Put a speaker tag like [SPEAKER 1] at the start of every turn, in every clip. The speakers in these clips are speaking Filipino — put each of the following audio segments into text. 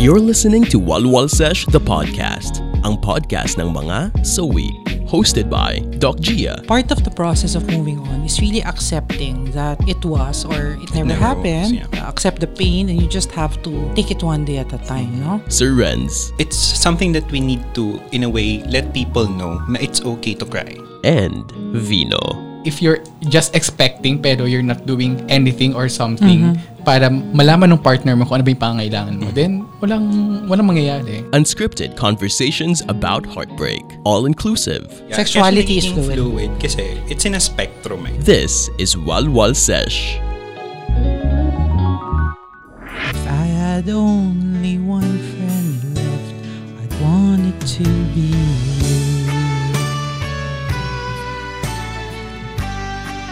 [SPEAKER 1] You're listening to Walwal Sesh the Podcast, ang podcast ng mga sawi. Hosted by Doc Gia.
[SPEAKER 2] part of the process of moving on is really accepting that it was or it never,
[SPEAKER 3] Never
[SPEAKER 2] happened. Uh,
[SPEAKER 3] was, yeah.
[SPEAKER 2] Accept the pain and you just have to take it one day at a time, no?
[SPEAKER 1] Sir Renz,
[SPEAKER 3] It's something that we need to, in a way, let people know na it's okay to cry.
[SPEAKER 1] and Vino.
[SPEAKER 4] if you're just expecting pero you're not doing anything or something para malaman ng partner mo kung ano ba yung pangangailangan mo, then walang, walang mangyayari.
[SPEAKER 1] Unscripted conversations about heartbreak, all inclusive.
[SPEAKER 3] Yeah,
[SPEAKER 2] Sexuality is
[SPEAKER 3] especially being
[SPEAKER 2] fluid.
[SPEAKER 3] fluid. Kasi it's in a spectrum eh.
[SPEAKER 1] This is Walwal Sesh.
[SPEAKER 2] If I had only one friend left, I'd want it to be you.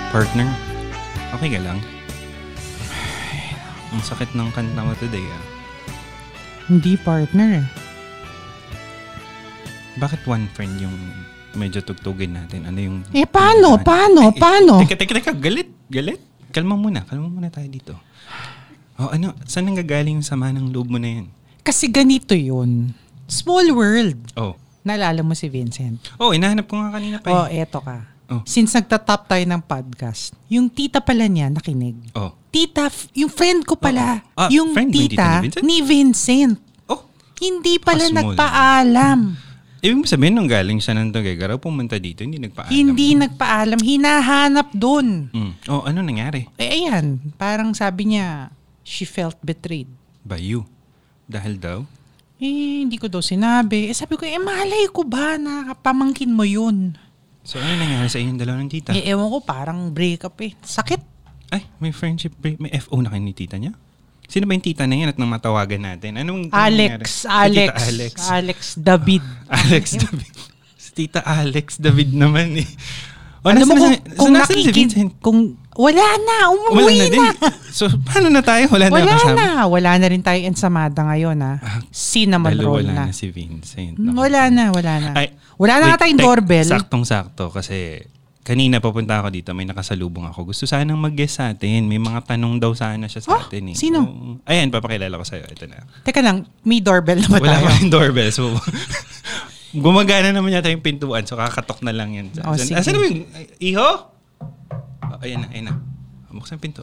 [SPEAKER 3] Partner, okay ka lang? Ang sakit ng kanta mo today ah.
[SPEAKER 2] Hindi partner eh.
[SPEAKER 3] Bakit one friend yung medyo tugtugin natin? Ano yung...
[SPEAKER 2] Eh, paano? Paano?
[SPEAKER 3] Ay, eh,
[SPEAKER 2] Paano?
[SPEAKER 3] Teka, teka, teka. Galit. Galit. Kalma muna. Kalma muna tayo dito. Oh, ano? Saan nanggagaling yung sama ng loob mo na yan?
[SPEAKER 2] Kasi ganito yun. Small world.
[SPEAKER 3] Oh.
[SPEAKER 2] Naalala mo si Vincent?
[SPEAKER 3] Oh, inahanap ko nga kanina
[SPEAKER 2] Oh,
[SPEAKER 3] pa. eh.
[SPEAKER 2] eto ka.
[SPEAKER 3] Oh.
[SPEAKER 2] Since nagtatap tayo ng podcast, yung tita pala niya nakinig.
[SPEAKER 3] Oh.
[SPEAKER 2] Tita, f- yung friend ko pala,
[SPEAKER 3] Oo. Ah,
[SPEAKER 2] yung
[SPEAKER 3] friend mo yung
[SPEAKER 2] tita,
[SPEAKER 3] tita ni Vincent?
[SPEAKER 2] ni Vincent.
[SPEAKER 3] Oh.
[SPEAKER 2] Hindi pala
[SPEAKER 3] Small.
[SPEAKER 2] nagpaalam.
[SPEAKER 3] Ah, Ibig mo sabihin, nung galing siya ng Tugegaraw, pumunta dito, hindi nagpaalam.
[SPEAKER 2] Hindi nagpaalam. Hinahanap dun.
[SPEAKER 3] Mm. Oh, ano nangyari?
[SPEAKER 2] Eh, ayan. Parang sabi niya, she felt betrayed.
[SPEAKER 3] By you. Dahil daw?
[SPEAKER 2] Eh, hindi ko daw sinabi. Eh, sabi ko, eh, malay ko ba na pamangkin mo yun?
[SPEAKER 3] So, ano nangyari sa inyong dalawa ng tita?
[SPEAKER 2] Eh, ewan ko, parang breakup eh. Sakit.
[SPEAKER 3] Ay, may friendship break. May FO na kayo ni tita niya? Sino ba yung tita na yan at nang matawagan natin? Anong anong
[SPEAKER 2] Alex,
[SPEAKER 3] nangyari?
[SPEAKER 2] Alex,
[SPEAKER 3] Si Tita Alex.
[SPEAKER 2] Alex, David.
[SPEAKER 3] Alex David. Si tita Alex David naman eh. O,
[SPEAKER 2] Alam mo kung,
[SPEAKER 3] nasaan- nasaan-
[SPEAKER 2] kung
[SPEAKER 3] nasaan si
[SPEAKER 2] nakikid,
[SPEAKER 3] Vincent?
[SPEAKER 2] kung wala na, umuwi
[SPEAKER 3] Wala na
[SPEAKER 2] na.
[SPEAKER 3] din. So, paano na tayo? Wala, na
[SPEAKER 2] Wala
[SPEAKER 3] yung kasama. Ah,
[SPEAKER 2] na. Wala na rin tayo ensamada ngayon ha. Cinnamon
[SPEAKER 3] Dalawa
[SPEAKER 2] roll
[SPEAKER 3] na.
[SPEAKER 2] na.
[SPEAKER 3] si Vincent.
[SPEAKER 2] Mm,
[SPEAKER 3] Naku.
[SPEAKER 2] Wala na, wala na.
[SPEAKER 3] Ay,
[SPEAKER 2] Ah. wala na
[SPEAKER 3] wait,
[SPEAKER 2] nga tayong
[SPEAKER 3] tek,
[SPEAKER 2] doorbell.
[SPEAKER 3] Saktong-sakto kasi kanina papunta ako dito, may nakasalubong ako. Gusto sanang mag-guess sa atin. May mga tanong daw sana siya sa
[SPEAKER 2] Ah,
[SPEAKER 3] atin. Eh.
[SPEAKER 2] sino?
[SPEAKER 3] Oo. ayan, papakilala ko sa'yo. Ito na.
[SPEAKER 2] Teka lang, may doorbell na ba
[SPEAKER 3] Wala
[SPEAKER 2] tayo?
[SPEAKER 3] pa yung doorbell. So, gumagana naman yata yung pintuan. So, kakatok na lang yan.
[SPEAKER 2] Oh, sige.
[SPEAKER 3] Asan asan na ba yung... Iho? Oh, ayan na, ayan na. Buksan yung pinto.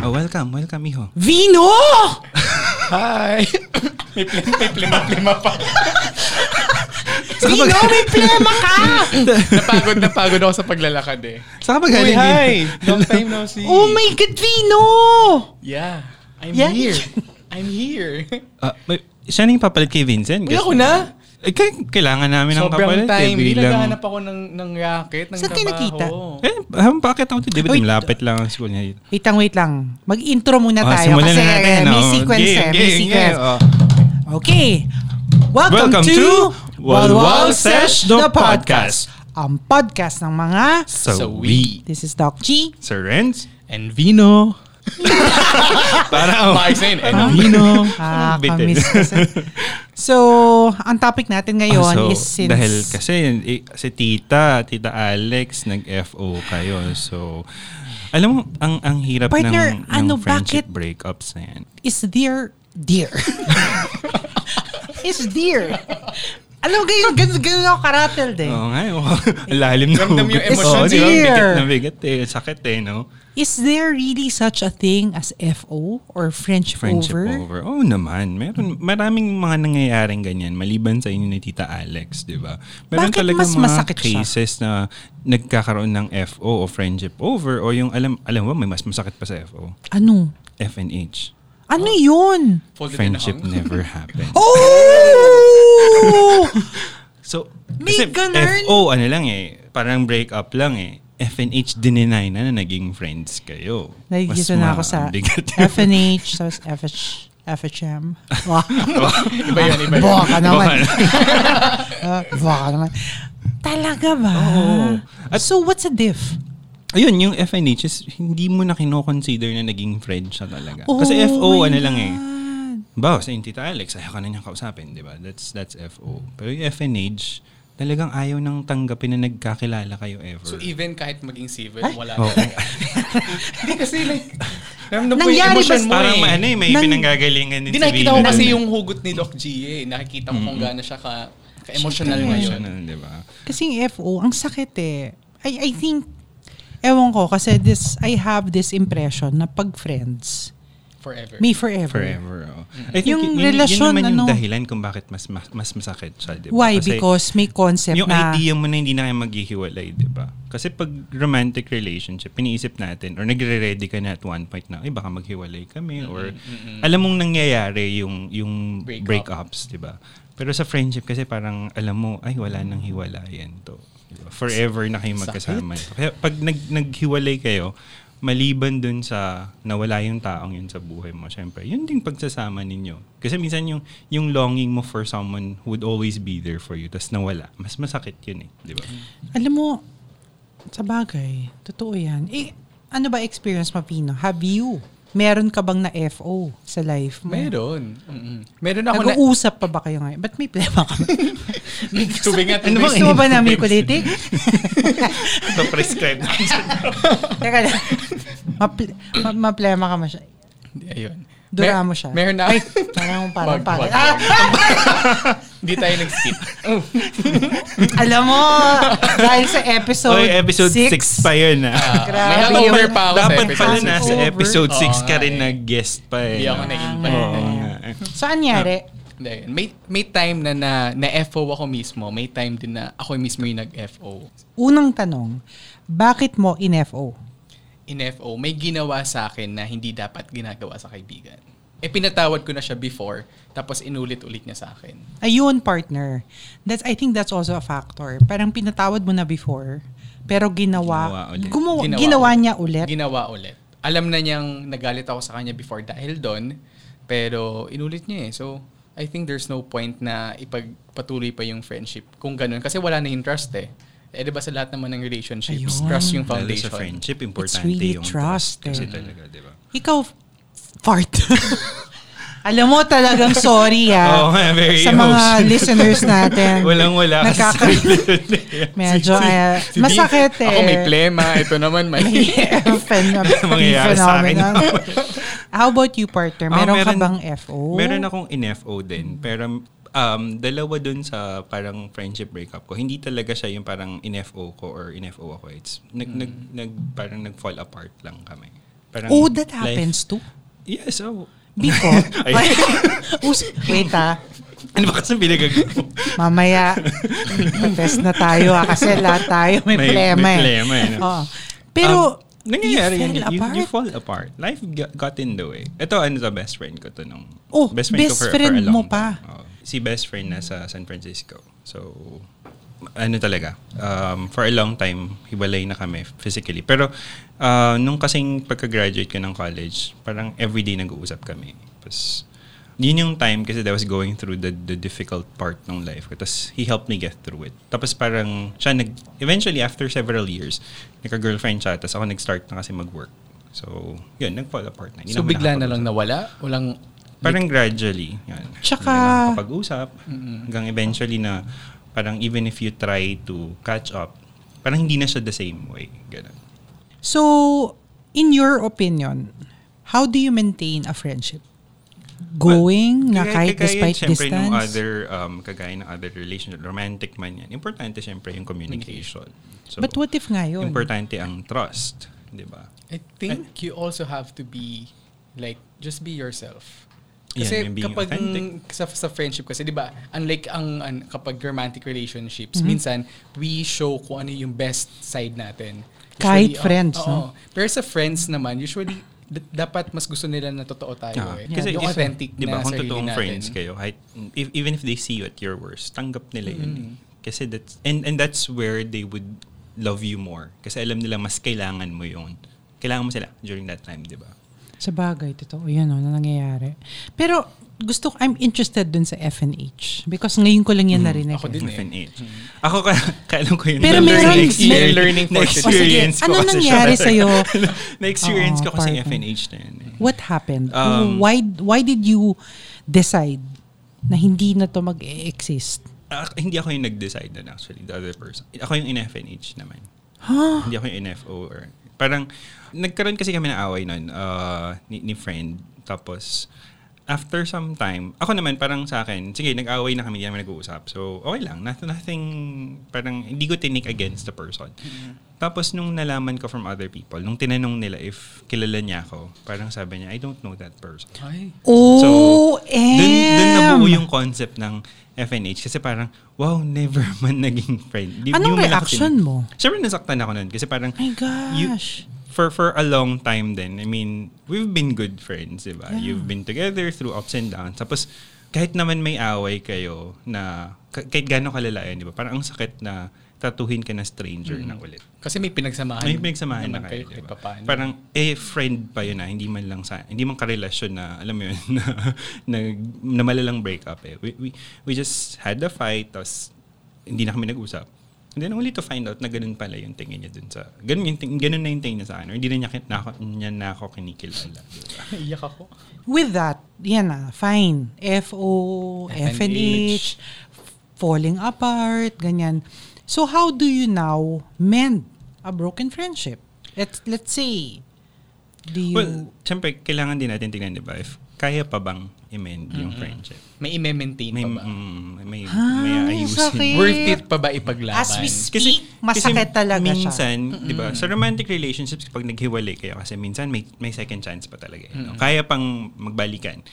[SPEAKER 3] Oh, welcome, welcome, Iho.
[SPEAKER 2] Vino!
[SPEAKER 4] Hi!
[SPEAKER 3] may plima, may plima, plima pa. Saan ka
[SPEAKER 2] Vino,
[SPEAKER 3] ba-
[SPEAKER 2] may plema ka!
[SPEAKER 4] napagod, napagod ako sa paglalakad eh.
[SPEAKER 3] Saan ka ba
[SPEAKER 4] Uy,
[SPEAKER 3] galing?
[SPEAKER 4] hi!
[SPEAKER 3] Vino?
[SPEAKER 4] Long time no see.
[SPEAKER 2] Oh my God, Vino!
[SPEAKER 4] Yeah. I'm
[SPEAKER 2] Yeah.
[SPEAKER 4] here. I'm here.
[SPEAKER 3] Ah, may, siya na yung papalit kay Vincent.
[SPEAKER 4] Uy,
[SPEAKER 3] Kasi-
[SPEAKER 4] ako na.
[SPEAKER 3] Eh, kaya- kailangan namin ng
[SPEAKER 4] Sobrang
[SPEAKER 3] kapalit. eh,
[SPEAKER 4] time. Hindi
[SPEAKER 3] bilang-
[SPEAKER 4] naghahanap ako ng, ng racket, ng
[SPEAKER 2] Saan kayo
[SPEAKER 4] trabaho.
[SPEAKER 2] nakita?
[SPEAKER 3] Eh, habang bakit ako dito? Di ba
[SPEAKER 2] Wait.
[SPEAKER 3] lapit lang ang school niya dito?
[SPEAKER 2] Wait lang, wait lang. Mag-intro muna
[SPEAKER 3] Oh,
[SPEAKER 2] tayo
[SPEAKER 3] simulan
[SPEAKER 2] kasi
[SPEAKER 3] na natin,
[SPEAKER 2] eh, may
[SPEAKER 3] oh.
[SPEAKER 2] sequence
[SPEAKER 3] Game,
[SPEAKER 2] eh. May
[SPEAKER 3] game,
[SPEAKER 2] sequence.
[SPEAKER 3] game, oh.
[SPEAKER 2] Okay. Welcome,
[SPEAKER 3] Welcome
[SPEAKER 2] to,
[SPEAKER 3] to Walwal Sesh, the podcast.
[SPEAKER 2] Ang podcast ng mga...
[SPEAKER 3] So,
[SPEAKER 4] So
[SPEAKER 3] we.
[SPEAKER 2] This is Doc G.
[SPEAKER 3] Sir Renz?
[SPEAKER 4] And Vino.
[SPEAKER 3] Para ako.
[SPEAKER 4] Maayos na yun. And Vino.
[SPEAKER 2] Ah,
[SPEAKER 3] Ano? Bitin.
[SPEAKER 2] kamiss kasi. So, ang topic natin
[SPEAKER 3] Ah,
[SPEAKER 2] ngayon
[SPEAKER 3] so,
[SPEAKER 2] is since...
[SPEAKER 3] Dahil kasi eh, si tita, tita Alex, nag-FO kayo. So, alam mo, ang, ang hirap
[SPEAKER 2] Partner,
[SPEAKER 3] ng, ng
[SPEAKER 2] ano,
[SPEAKER 3] friendship
[SPEAKER 2] bakit-
[SPEAKER 3] breakups na yan.
[SPEAKER 2] is dear dear. is dear. Alam mo, ganyan, ganyan, ganyan ako karatled eh.
[SPEAKER 3] Oo nga, oo. Ang lalim na
[SPEAKER 4] Ramdam yung
[SPEAKER 3] hugot.
[SPEAKER 4] emosyon.
[SPEAKER 3] Oo, di ba? Ang Bigat
[SPEAKER 2] Dear.
[SPEAKER 3] na bigat eh. Sakit eh, no?
[SPEAKER 2] Is there really such a thing as FO or friendship,
[SPEAKER 3] Friendship
[SPEAKER 2] over?
[SPEAKER 3] over. Oo naman. Meron, maraming mga nangyayaring ganyan maliban sa inyo ni Tita Alex, di ba? Meron
[SPEAKER 2] Bakit
[SPEAKER 3] talaga
[SPEAKER 2] mas
[SPEAKER 3] mga
[SPEAKER 2] masakit siya?
[SPEAKER 3] cases na nagkakaroon ng FO o friendship over o yung alam, alam mo, may mas masakit pa sa FO.
[SPEAKER 2] Ano?
[SPEAKER 3] FNH.
[SPEAKER 2] Ano
[SPEAKER 3] Oh.
[SPEAKER 2] yun?
[SPEAKER 4] Folded in a
[SPEAKER 3] Friendship
[SPEAKER 4] hug.
[SPEAKER 3] never happened.
[SPEAKER 2] Oh!
[SPEAKER 3] So,
[SPEAKER 2] May ganun?
[SPEAKER 3] FO, ano lang eh, parang break up lang eh. FNH dininay na na naging friends kayo.
[SPEAKER 2] Nagigito na ako sa
[SPEAKER 3] mabigat yun.
[SPEAKER 2] FNH, tapos FH, FHM. Wah.
[SPEAKER 4] Iba yun, iba yun.
[SPEAKER 2] Buha ka naman.
[SPEAKER 3] Baka-
[SPEAKER 2] Ah, Buha ka naman. Talaga ba? so, what's a diff?
[SPEAKER 3] Ayun, yung FNH is hindi mo na kinoconsider na naging friend siya talaga. Kasi
[SPEAKER 2] Oh
[SPEAKER 3] FO,
[SPEAKER 2] my
[SPEAKER 3] ano lang eh.
[SPEAKER 2] God.
[SPEAKER 3] Bawa, sa yung Tita Alex, ayaw ka na niyang kausapin, di ba? That's, that's FO. Pero yung FNH, talagang ayaw nang tanggapin na nagkakilala kayo ever.
[SPEAKER 4] Oh. So even kahit maging civil, wala
[SPEAKER 3] Oo.
[SPEAKER 4] talaga. Hindi kasi like, Naramdam ko yung
[SPEAKER 2] Nangyari
[SPEAKER 4] emotion
[SPEAKER 2] ba-
[SPEAKER 4] mo
[SPEAKER 3] Parang
[SPEAKER 4] eh.
[SPEAKER 3] ano eh, may
[SPEAKER 2] Nang-
[SPEAKER 3] pinanggagalingan din
[SPEAKER 4] Hindi
[SPEAKER 3] si
[SPEAKER 4] nakikita ko
[SPEAKER 3] Vivian.
[SPEAKER 4] kasi yung hugot ni Doc G eh. Nakikita ko kung gaano siya ka, ka-emotional ngayon.
[SPEAKER 3] Emotional, di ba?
[SPEAKER 2] Kasi yung FO, ang sakit eh. I, I think, ewan ko, kasi this, I have this impression na pag friends,
[SPEAKER 4] Forever.
[SPEAKER 2] may forever.
[SPEAKER 3] Forever. oh. I think
[SPEAKER 2] Yung
[SPEAKER 3] yun-
[SPEAKER 2] relasyon,
[SPEAKER 3] yun naman yung
[SPEAKER 2] ano?
[SPEAKER 3] dahilan kung bakit mas mas, mas masakit siya, di ba?
[SPEAKER 2] Why?
[SPEAKER 3] Kasi
[SPEAKER 2] Because may concept
[SPEAKER 3] yung
[SPEAKER 2] na,
[SPEAKER 3] idea mo na hindi na kayo maghihiwalay, di ba? Kasi pag romantic relationship, piniisip natin or nagre-ready ka na at one point na, ay baka maghiwalay kami or alam mong nangyayari yung yung
[SPEAKER 4] Breakup.
[SPEAKER 3] breakups, di ba? Pero sa friendship kasi parang alam mo, ay wala nang hiwalayan to. Di ba? Forever na kayo magkasama. eh. Kaya pag nag, naghiwalay kayo, maliban dun sa nawala yung taong yun sa buhay mo, syempre, yun din pagsasama ninyo. Kasi minsan yung, yung longing mo for someone who would always be there for you, tas nawala, mas masakit yun eh, di ba?
[SPEAKER 2] alam mo, sa bagay, totoo yan. Eh, ano ba experience mo, Pino? Have you? Meron ka bang na FO sa life mo?
[SPEAKER 4] Meron. Mm-mm. Meron ako na...
[SPEAKER 2] Nag-uusap pa ba kayo ngayon? Ba't may plema ka?
[SPEAKER 4] Tubig nga,
[SPEAKER 2] ano bang
[SPEAKER 4] tubig.
[SPEAKER 2] gusto mo ba namin kulitin?
[SPEAKER 3] So-prescribe na.
[SPEAKER 2] Teka lang. Maple- ma- maplema ka masya.
[SPEAKER 4] Hindi, Ayun.
[SPEAKER 2] Dura
[SPEAKER 4] Mer-
[SPEAKER 2] mo siya.
[SPEAKER 4] Meron na.
[SPEAKER 2] Ay, parang parang
[SPEAKER 4] Wag,
[SPEAKER 2] parang.
[SPEAKER 4] wag.
[SPEAKER 2] Ah!
[SPEAKER 4] Hindi tayo nag-skip.
[SPEAKER 2] Alam mo, dahil sa episode 6.
[SPEAKER 3] Oy, episode 6 pa yun ah.
[SPEAKER 4] Ah,
[SPEAKER 2] Grabe
[SPEAKER 4] May hangover
[SPEAKER 2] yun.
[SPEAKER 4] pa ako
[SPEAKER 3] Dapat pala
[SPEAKER 4] sa episode.
[SPEAKER 3] nasa
[SPEAKER 2] Over.
[SPEAKER 3] episode
[SPEAKER 4] Oo
[SPEAKER 3] 6 ka
[SPEAKER 4] nga
[SPEAKER 3] rin
[SPEAKER 4] eh.
[SPEAKER 3] nag-guest pa eh.
[SPEAKER 4] Hindi ako
[SPEAKER 3] no?
[SPEAKER 4] na-invite.
[SPEAKER 3] Oo nga eh.
[SPEAKER 2] So, anyari?
[SPEAKER 4] Hindi. May, may time na na, na FO ako mismo. May time din na ako mismo yung nag-FO.
[SPEAKER 2] Unang tanong, bakit mo in-FO?
[SPEAKER 4] In FO, may ginawa sa akin na hindi dapat ginagawa sa kaibigan. Eh, pinatawad ko na siya before, tapos inulit-ulit niya sa akin.
[SPEAKER 2] Ayun, partner. That's, I think that's also a factor. Parang pinatawad mo na before, pero ginawa,
[SPEAKER 3] Ginawa ulit.
[SPEAKER 2] gumawa, ginawa
[SPEAKER 4] ulit.
[SPEAKER 2] niya ulit.
[SPEAKER 4] Ginawa ulit. Alam na niyang nagalit ako sa kanya before dahil doon, pero inulit niya eh. So, I think there's no point na ipagpatuloy pa yung friendship kung ganun. Kasi wala na yung trust eh. Eh, di ba sa lahat naman ng relationships,
[SPEAKER 2] Ayun.
[SPEAKER 4] trust yung
[SPEAKER 3] Lalo sa
[SPEAKER 4] foundation.
[SPEAKER 3] friendship, importante
[SPEAKER 2] really
[SPEAKER 3] yung
[SPEAKER 2] trust, eh.
[SPEAKER 3] Kasi talaga, di ba?
[SPEAKER 2] Ikaw, fart. Alam mo talagang sorry
[SPEAKER 3] Oo
[SPEAKER 2] ah.
[SPEAKER 3] nga, very
[SPEAKER 2] sa mga
[SPEAKER 3] emotional.
[SPEAKER 2] listeners natin.
[SPEAKER 3] Walang-wala kasi eh.
[SPEAKER 2] Nagkaka- Medyo ah,
[SPEAKER 4] Si Vin,
[SPEAKER 2] masakit eh.
[SPEAKER 4] Ako may plema, ito naman may...
[SPEAKER 2] Phen-
[SPEAKER 3] Ano Mangyayari sa akin.
[SPEAKER 2] phenomenon. How about you, partner?
[SPEAKER 3] Ah,
[SPEAKER 2] Meron, ka bang FO?
[SPEAKER 3] Meron akong in-FO din. Pero um, dalawa dun sa parang friendship breakup ko. Hindi talaga siya yung parang in-FO ko or in-FO ako. It's nag, nag, nag, parang nag-fall apart lang kami. Parang
[SPEAKER 2] Oh, that
[SPEAKER 3] life-
[SPEAKER 2] happens too.
[SPEAKER 3] Yes, oh.
[SPEAKER 2] Biko.
[SPEAKER 3] Ay.
[SPEAKER 2] Us- Wait ah.
[SPEAKER 3] Ano ba kasi pinagagawa ko?
[SPEAKER 2] Mamaya, test na tayo ah. Kasi lahat tayo may,
[SPEAKER 3] May-
[SPEAKER 2] plema
[SPEAKER 3] may
[SPEAKER 2] eh.
[SPEAKER 3] plema eh, no?
[SPEAKER 2] Oo. Pero,
[SPEAKER 3] Um, nangyayari
[SPEAKER 2] you fell
[SPEAKER 3] yun. You-
[SPEAKER 2] apart?
[SPEAKER 3] You, fall apart. Life got, got in the way. Ito, ano to, best friend ko to nung...
[SPEAKER 2] Oh, best friend mo pa.
[SPEAKER 3] time. Oo. Uh, si best friend na sa San Francisco. So, ano talaga, um, for a long time, hiwalay na kami physically. Pero, uh, nung kasing pagka-graduate ko ng college, parang everyday nag-uusap kami. Tapos, yun yung time kasi that was going through the, the difficult part ng life ko. Tapos, he helped me get through it. Tapos parang, siya nag, eventually, after several years, nagka-girlfriend siya. Tapos ako nag-start na kasi mag-work. So, yun, nag-fall apart na. Hindi
[SPEAKER 4] so,
[SPEAKER 3] kami
[SPEAKER 4] bigla na
[SPEAKER 3] nakapag-usap.
[SPEAKER 4] lang nawala? Walang...
[SPEAKER 3] Parang gradually. Yan.
[SPEAKER 2] Tsaka-
[SPEAKER 3] pag usap Hanggang eventually na parang even if you try to catch up, parang hindi na siya the same way. Ganun.
[SPEAKER 2] so, in your opinion, how do you maintain a friendship? Going na kahit despite
[SPEAKER 3] syempre,
[SPEAKER 2] distance?
[SPEAKER 3] Nung other, um, kagaya ng other relationship, romantic man yan, importante syempre yung communication. So,
[SPEAKER 2] But what if nga yun?
[SPEAKER 3] Importante ang trust. Di ba?
[SPEAKER 4] I think you also have to be, like, just be yourself.
[SPEAKER 3] Yan,
[SPEAKER 4] Kasi
[SPEAKER 3] yung being
[SPEAKER 4] kapag
[SPEAKER 3] authentic.
[SPEAKER 4] sa, sa friendship kasi, di ba, unlike ang, an, kapag romantic relationships,
[SPEAKER 2] Mm-hmm.
[SPEAKER 4] minsan, we show kung ano yung best side natin.
[SPEAKER 2] Kahit
[SPEAKER 4] Usually, oh,
[SPEAKER 2] friends,
[SPEAKER 4] oo.
[SPEAKER 2] no?
[SPEAKER 4] Pero sa friends naman, usually, d- dapat mas gusto nila na totoo tayo.
[SPEAKER 3] Ah,
[SPEAKER 4] eh.
[SPEAKER 3] kasi
[SPEAKER 4] yung
[SPEAKER 3] kasi,
[SPEAKER 4] authentic
[SPEAKER 3] di ba,
[SPEAKER 4] na
[SPEAKER 3] kung
[SPEAKER 4] sarili
[SPEAKER 3] totoong
[SPEAKER 4] natin.
[SPEAKER 3] friends kayo, kahit, if, even if they see you at your worst, tanggap nila yun.
[SPEAKER 4] Mm.
[SPEAKER 3] eh. Kasi that's, and, and that's where they would love you more. Kasi alam nila, mas kailangan mo yun. Kailangan mo sila during that time, di ba?
[SPEAKER 2] Sa bagay, totoo yun o, na nangyayari. Pero gusto ko, I'm interested dun sa FNH because ngayon ko lang yan narinig.
[SPEAKER 3] Mm-hmm.
[SPEAKER 4] Ako
[SPEAKER 2] eh.
[SPEAKER 4] din eh.
[SPEAKER 3] FNH. Ako, ka, kaalam ko yun.
[SPEAKER 2] Pero meron-
[SPEAKER 4] may- learning for today.
[SPEAKER 3] experience
[SPEAKER 2] O, sige, ano nangyari sa'yo? Oh,
[SPEAKER 3] na-experience
[SPEAKER 2] Oo,
[SPEAKER 3] ko kasi
[SPEAKER 2] partner.
[SPEAKER 3] FNH na yun. eh.
[SPEAKER 2] What happened?
[SPEAKER 3] Um,
[SPEAKER 2] why why did you decide na hindi na to mag-exist?
[SPEAKER 3] Ah, hindi ako yung nag-decide nun actually, the other person. Ako yung in-FNH naman.
[SPEAKER 2] Huh?
[SPEAKER 3] Hindi ako yung NFO or Parang, nagkaroon kasi kami ng away nun uh, ni, ni friend. Tapos, after some time, ako naman parang sa akin, sige, nag-away na kami, hindi naman nag-uusap. So, okay lang. Nothing, nothing parang hindi ko tinik against the person. Tapos, nung nalaman ko from other people, nung tinanong nila if kilala niya ako, parang sabi niya, I don't know that person.
[SPEAKER 4] Ay.
[SPEAKER 3] So,
[SPEAKER 2] Oh,
[SPEAKER 3] dun, dun nabuo yung concept ng FNH kasi parang, wow, never man naging friend. Di- di
[SPEAKER 2] Anong
[SPEAKER 3] mo man ako
[SPEAKER 2] reaction
[SPEAKER 3] tin-
[SPEAKER 2] mo?
[SPEAKER 3] Siyempre nasaktan ako nun kasi parang,
[SPEAKER 2] My gosh.
[SPEAKER 3] you- for for a long time then I mean, we've been good friends, di ba? You've been together through ups and downs. Tapos, kahit naman may away kayo na, ka- kahit gano'ng kalala yun, di ba? Parang ang sakit na tatuhin ka na stranger
[SPEAKER 2] Mm.
[SPEAKER 3] na ulit.
[SPEAKER 4] Kasi may pinagsamahan.
[SPEAKER 3] May pinagsamahan na
[SPEAKER 4] naman
[SPEAKER 3] kayo,
[SPEAKER 4] kahit
[SPEAKER 3] di ba?
[SPEAKER 4] papaano.
[SPEAKER 3] Parang, eh, friend pa yun na, hindi man lang sa, hindi man karelasyon na, alam mo yun, na, na, na malalang breakup eh. We, we, we just had a fight, tapos hindi na kami nag-usap. And then only to find out na ganun pala yung tingin niya dun sa, ganun, yung, ting- ganun na yung tingin niya sa akin, or hindi na niya, kin- na, ako- niya na ako kinikilala. di ba?
[SPEAKER 4] Iyak ako.
[SPEAKER 2] With that, yan na, fine. FO, FNH,
[SPEAKER 4] FNH.
[SPEAKER 2] falling apart, ganyan. So how do you now mend a broken friendship? Let's, let's say, do you...
[SPEAKER 3] Well, syempre, kailangan din natin tingnan, di ba? If kaya pa bang i-mend yung friendship?
[SPEAKER 4] May i-maintain
[SPEAKER 3] May,
[SPEAKER 4] pa ba?
[SPEAKER 3] mm, may,
[SPEAKER 2] Ah,
[SPEAKER 3] may
[SPEAKER 2] sakit.
[SPEAKER 3] ayusin.
[SPEAKER 4] Worth it pa ba ipaglaban?
[SPEAKER 2] As we speak, masakit talaga
[SPEAKER 3] minsan,
[SPEAKER 2] siya.
[SPEAKER 3] di ba, sa romantic relationships, pag naghiwalay kayo, kasi minsan may, may second chance pa talaga. eh, no? Kaya pang magbalikan.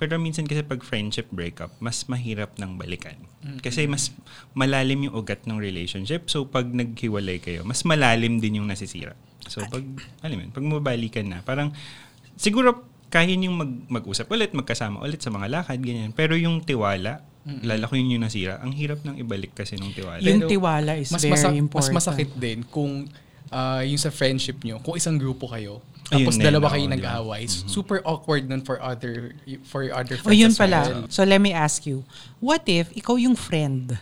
[SPEAKER 3] Pero minsan kasi pag friendship breakup, mas mahirap ng balikan. Kasi mas malalim yung ugat ng relationship. So pag naghiwalay kayo, mas malalim din yung nasisira. So pag, alam mo yun, pag mabalikan na, parang siguro kaya niyong mag, mag-usap ulit, magkasama ulit sa mga lakad, ganyan. Pero yung tiwala, lala ko yun yung nasira. Ang hirap ng ibalik kasi nung tiwala.
[SPEAKER 2] Yung
[SPEAKER 4] Pero
[SPEAKER 2] tiwala is
[SPEAKER 4] mas
[SPEAKER 2] very
[SPEAKER 4] masak-
[SPEAKER 2] important.
[SPEAKER 4] Mas masakit din kung ah, yung sa friendship nyo, kung isang grupo kayo,
[SPEAKER 3] Ayun
[SPEAKER 4] tapos
[SPEAKER 3] na yun,
[SPEAKER 4] dalawa
[SPEAKER 3] oo,
[SPEAKER 4] kayo
[SPEAKER 3] di ba? Mm-hmm.
[SPEAKER 4] nag-away, super awkward nun for other for your other
[SPEAKER 2] O
[SPEAKER 4] friends.
[SPEAKER 2] Oh, yun
[SPEAKER 4] as well.
[SPEAKER 2] pala. So let me ask you, what if ikaw yung friend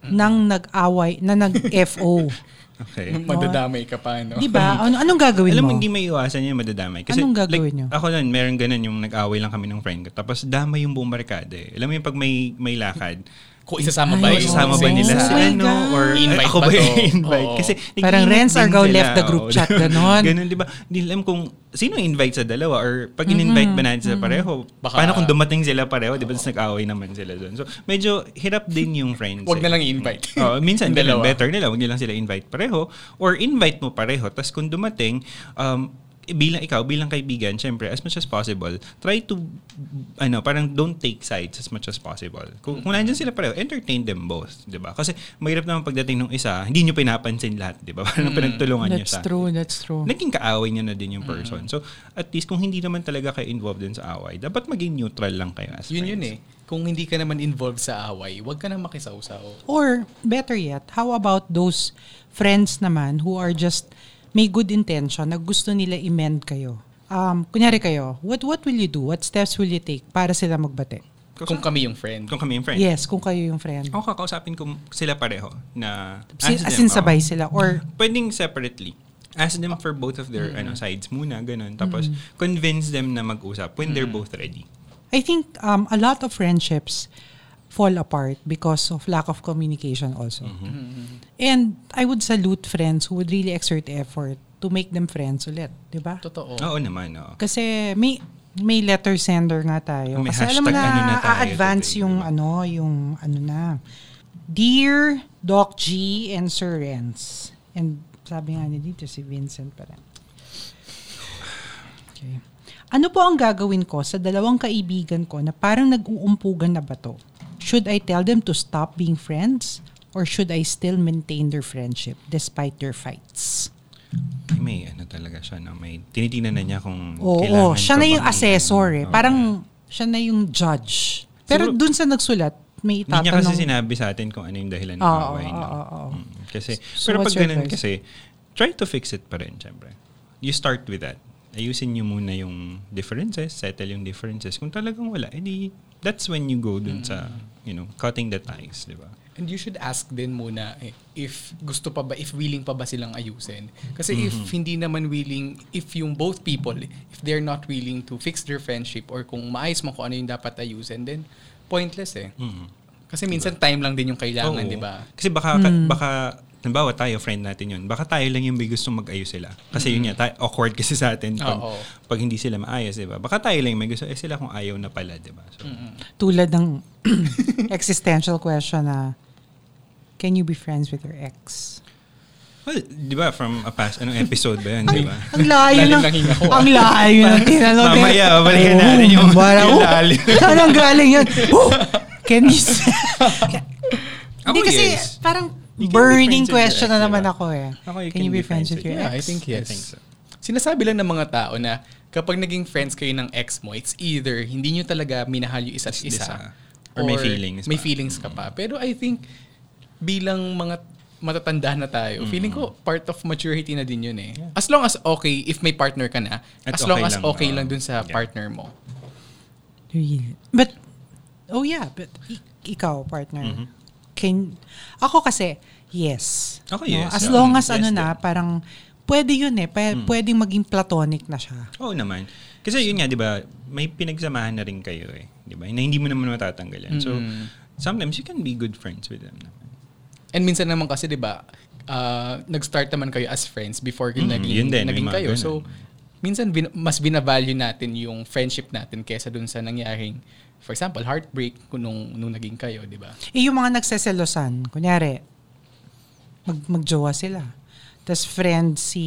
[SPEAKER 2] ng nag-away, na nag-FO?
[SPEAKER 3] Okay.
[SPEAKER 4] So, Madadamay ka pa, no?
[SPEAKER 2] di ba? Ano, anong gagawin
[SPEAKER 3] Alam
[SPEAKER 2] mo?
[SPEAKER 3] mo, hindi may iwasan yun, madadamay. Kasi,
[SPEAKER 2] Anong gagawin
[SPEAKER 3] like,
[SPEAKER 2] niyo?
[SPEAKER 3] Ako nun, meron ganun yung nag-away lang kami ng friend ko. Tapos damay yung buong barkada eh. Alam mo yung pag may, may lakad,
[SPEAKER 4] Kung isasama ba
[SPEAKER 2] Ay,
[SPEAKER 3] Ay,
[SPEAKER 4] yun?
[SPEAKER 3] isasama ba nila
[SPEAKER 2] Oh
[SPEAKER 3] si
[SPEAKER 2] my
[SPEAKER 3] ano?
[SPEAKER 2] God.
[SPEAKER 3] Or
[SPEAKER 4] Invite
[SPEAKER 3] ako
[SPEAKER 4] ba
[SPEAKER 3] ba
[SPEAKER 4] to?
[SPEAKER 3] yung invite?
[SPEAKER 4] Oo.
[SPEAKER 3] Kasi
[SPEAKER 2] Parang
[SPEAKER 3] nag-iingat
[SPEAKER 2] Renz
[SPEAKER 3] din
[SPEAKER 2] Argao
[SPEAKER 3] sila.
[SPEAKER 2] left the group
[SPEAKER 3] Oo.
[SPEAKER 2] chat, ganon.
[SPEAKER 3] ganon, di ba? Hindi alam kung sino yung invite sa dalawa or pag in-invite ba natin sila pareho?
[SPEAKER 4] Baka-
[SPEAKER 3] paano kung dumating sila pareho? Di ba? Tapos nag-away naman sila doon. So, medyo hirap din yung friends.
[SPEAKER 4] Huwag
[SPEAKER 3] eh.
[SPEAKER 4] na lang i-invite.
[SPEAKER 3] Oo, minsan
[SPEAKER 4] Yung
[SPEAKER 3] ganun,
[SPEAKER 4] dalawa.
[SPEAKER 3] better nila. Huwag nilang sila invite pareho. Or invite mo pareho. Tapos kung dumating, um, bilang ikaw, bilang kaibigan, syempre, as much as possible, try to, ano, parang don't take sides as much as possible. Kung, kung nandyan sila pareho, entertain them both, di ba? Kasi mahirap naman pagdating ng isa, hindi nyo pinapansin lahat, di ba? Parang
[SPEAKER 4] Mm,
[SPEAKER 3] pinagtulungan nyo
[SPEAKER 2] That's
[SPEAKER 3] sa
[SPEAKER 2] true, that's true.
[SPEAKER 3] naging kaaway niya na din yung person. So, at least kung hindi naman talaga kayo involved dun sa away, dapat maging neutral lang kayo as
[SPEAKER 4] Yun yun
[SPEAKER 3] friends.
[SPEAKER 4] eh. Kung hindi ka naman involved sa away, huwag ka na makisawsaw.
[SPEAKER 2] Or better yet, how about those friends naman who are just may good intention na gusto nila i-mend kayo? Um, kunyari kayo, what what will you do? What steps will you take para sila magbate?
[SPEAKER 4] eh. Kung kami yung friend.
[SPEAKER 3] Kung kami yung friends.
[SPEAKER 2] Yes, kung kayo yung friend.
[SPEAKER 3] Ako kakausapin ko sila pareho na
[SPEAKER 2] Si- Oh.
[SPEAKER 3] ask
[SPEAKER 2] as in oh.
[SPEAKER 3] them, oo.
[SPEAKER 2] sabay sila or
[SPEAKER 3] Pwedeng separately. Ask them for both of
[SPEAKER 2] Mm.
[SPEAKER 3] their ano sides muna, ganun. Tapos convince them na mag-usap
[SPEAKER 2] Mm.
[SPEAKER 3] when they're both ready.
[SPEAKER 2] I think um, a lot of friendships fall apart because of lack of communication also. Mm-hmm. And I would salute friends who would really exert effort to make them friends ulit, 'di ba?
[SPEAKER 4] Totoo.
[SPEAKER 3] Oo naman, oo.
[SPEAKER 2] Kasi may may letter sender nga tayo.
[SPEAKER 3] May
[SPEAKER 2] Kasi alam mo
[SPEAKER 3] hashtag
[SPEAKER 2] na,
[SPEAKER 3] ano na tayo
[SPEAKER 2] advance
[SPEAKER 3] today,
[SPEAKER 2] yung
[SPEAKER 3] diba?
[SPEAKER 2] ano, yung ano na. Dear Doc G and Sir Renz. And sabi nga niya dito si Vincent pa rin. Okay. Ano po ang gagawin ko sa dalawang kaibigan ko na parang nag-uumpugan na bato? Should I tell them to stop being friends? Or should I still maintain their friendship despite their fights?
[SPEAKER 3] Ay, May ano talaga siya, no? May tinitingnan na niya kung
[SPEAKER 2] Oo,
[SPEAKER 3] kailangan
[SPEAKER 2] siya
[SPEAKER 3] pa
[SPEAKER 2] na yung
[SPEAKER 3] bang-
[SPEAKER 2] assessor eh.
[SPEAKER 3] Oo.
[SPEAKER 2] Parang siya na yung judge. Pero
[SPEAKER 3] Siguro-
[SPEAKER 2] dun sa nagsulat, may
[SPEAKER 3] Hindi niya kasi
[SPEAKER 2] itatanong.
[SPEAKER 3] sinabi sa atin kung ano yung dahilan ng
[SPEAKER 2] Oo,
[SPEAKER 3] away.
[SPEAKER 2] oo,
[SPEAKER 3] no?
[SPEAKER 2] oo, oo.
[SPEAKER 3] Mm, Kasi,
[SPEAKER 2] So,
[SPEAKER 3] pero
[SPEAKER 2] what's
[SPEAKER 3] pag
[SPEAKER 2] your
[SPEAKER 3] ganun
[SPEAKER 2] advice?
[SPEAKER 3] kasi, try to fix it pa rin, syempre. You start with that. Ayusin niyo muna yung differences, settle yung differences. Kung talagang wala, edi that's when you go dun sa,
[SPEAKER 4] Mm.
[SPEAKER 3] you know, cutting the ties, di ba?
[SPEAKER 4] And you should ask din muna eh, if gusto pa ba, if willing pa ba silang ayusin. Kasi if hindi naman willing, if yung both people, if they're not willing to fix their friendship or kung maayos mo kung ano yung dapat ayusin, then pointless eh. Kasi minsan time lang din yung kailangan,
[SPEAKER 3] Oo.
[SPEAKER 4] di ba?
[SPEAKER 2] Mm.
[SPEAKER 3] Kasi baka, ka- baka halimbawa tayo, friend natin yun, baka tayo lang yung may gusto mag-ayos sila. Kasi yun nga, tayo, awkward kasi sa atin pag,
[SPEAKER 4] Mm. Oo.
[SPEAKER 3] pag hindi sila maayos, di ba? Baka tayo lang yung may gusto, eh sila kung ayaw na pala, di ba? So,
[SPEAKER 2] Tulad ng existential question na, can you be friends with your ex?
[SPEAKER 3] Well, di ba, from a past, anong episode ba yun, di ba?
[SPEAKER 2] Ang layo
[SPEAKER 4] Lalim
[SPEAKER 2] ng,
[SPEAKER 4] ng hinga ko, ah.
[SPEAKER 2] ang layo ng tinanong.
[SPEAKER 3] Mamaya, babalikan natin yung-
[SPEAKER 2] Parang,
[SPEAKER 3] yung
[SPEAKER 2] oh,
[SPEAKER 3] lalim.
[SPEAKER 2] Saan ang galing yan? Oh, can you say? Hindi
[SPEAKER 3] Ako,
[SPEAKER 2] kasi,
[SPEAKER 3] yes.
[SPEAKER 2] parang
[SPEAKER 3] You can be
[SPEAKER 2] burning
[SPEAKER 3] friends with your
[SPEAKER 2] question na
[SPEAKER 3] ex,
[SPEAKER 2] naman
[SPEAKER 3] diba?
[SPEAKER 2] ako eh.
[SPEAKER 3] Ako,
[SPEAKER 2] can, you be friends with your
[SPEAKER 4] Yeah, I
[SPEAKER 2] ex?
[SPEAKER 4] think yes.
[SPEAKER 3] I think so.
[SPEAKER 4] Sinasabi lang ng mga tao na kapag naging friends kayo ng ex mo, it's either hindi nyo talaga minahal yung isa't
[SPEAKER 3] Isa.
[SPEAKER 4] isa.
[SPEAKER 3] Or may feelings
[SPEAKER 4] may
[SPEAKER 3] pa. Mm.
[SPEAKER 4] feelings ka pa. Pero I think bilang mga matatanda na tayo,
[SPEAKER 3] Mm.
[SPEAKER 4] feeling ko part of maturity na din yun eh. As long as okay, if may partner ka na,
[SPEAKER 3] At
[SPEAKER 4] as long
[SPEAKER 3] okay
[SPEAKER 4] as
[SPEAKER 3] lang,
[SPEAKER 4] okay
[SPEAKER 3] oo.
[SPEAKER 4] lang dun sa
[SPEAKER 3] Yeah.
[SPEAKER 4] partner mo.
[SPEAKER 2] Really? But, oh yeah, but i- ikaw, partner,
[SPEAKER 3] Mhm.
[SPEAKER 2] can, ako kasi, yes.
[SPEAKER 3] Ako, yes.
[SPEAKER 2] As
[SPEAKER 3] Yeah. Mm.
[SPEAKER 2] long as
[SPEAKER 3] Yes
[SPEAKER 2] ano na,
[SPEAKER 3] din.
[SPEAKER 2] parang, pwede yun eh, pwe- pwedeng maging platonic na siya.
[SPEAKER 3] Oo naman. Kasi yun nga, di ba, may pinagsamahan na rin kayo eh. Di ba? Na hindi mo naman matatanggalan. So,
[SPEAKER 2] Mm.
[SPEAKER 3] sometimes you can be good friends with them naman.
[SPEAKER 4] And minsan naman kasi, di ba, ah, nag-start naman kayo as friends before kayo
[SPEAKER 3] Mm,
[SPEAKER 4] naging,
[SPEAKER 3] yun din, may
[SPEAKER 4] naging
[SPEAKER 3] mga
[SPEAKER 4] kayo.
[SPEAKER 3] ganun.
[SPEAKER 4] So, minsan bin- mas binavalue natin yung friendship natin kesa dun sa nangyaring, for example, heartbreak kung nung, nung naging kayo, di ba?
[SPEAKER 2] Eh, yung mga nagseselosan, kunyari, mag magjowa sila. Tapos friend si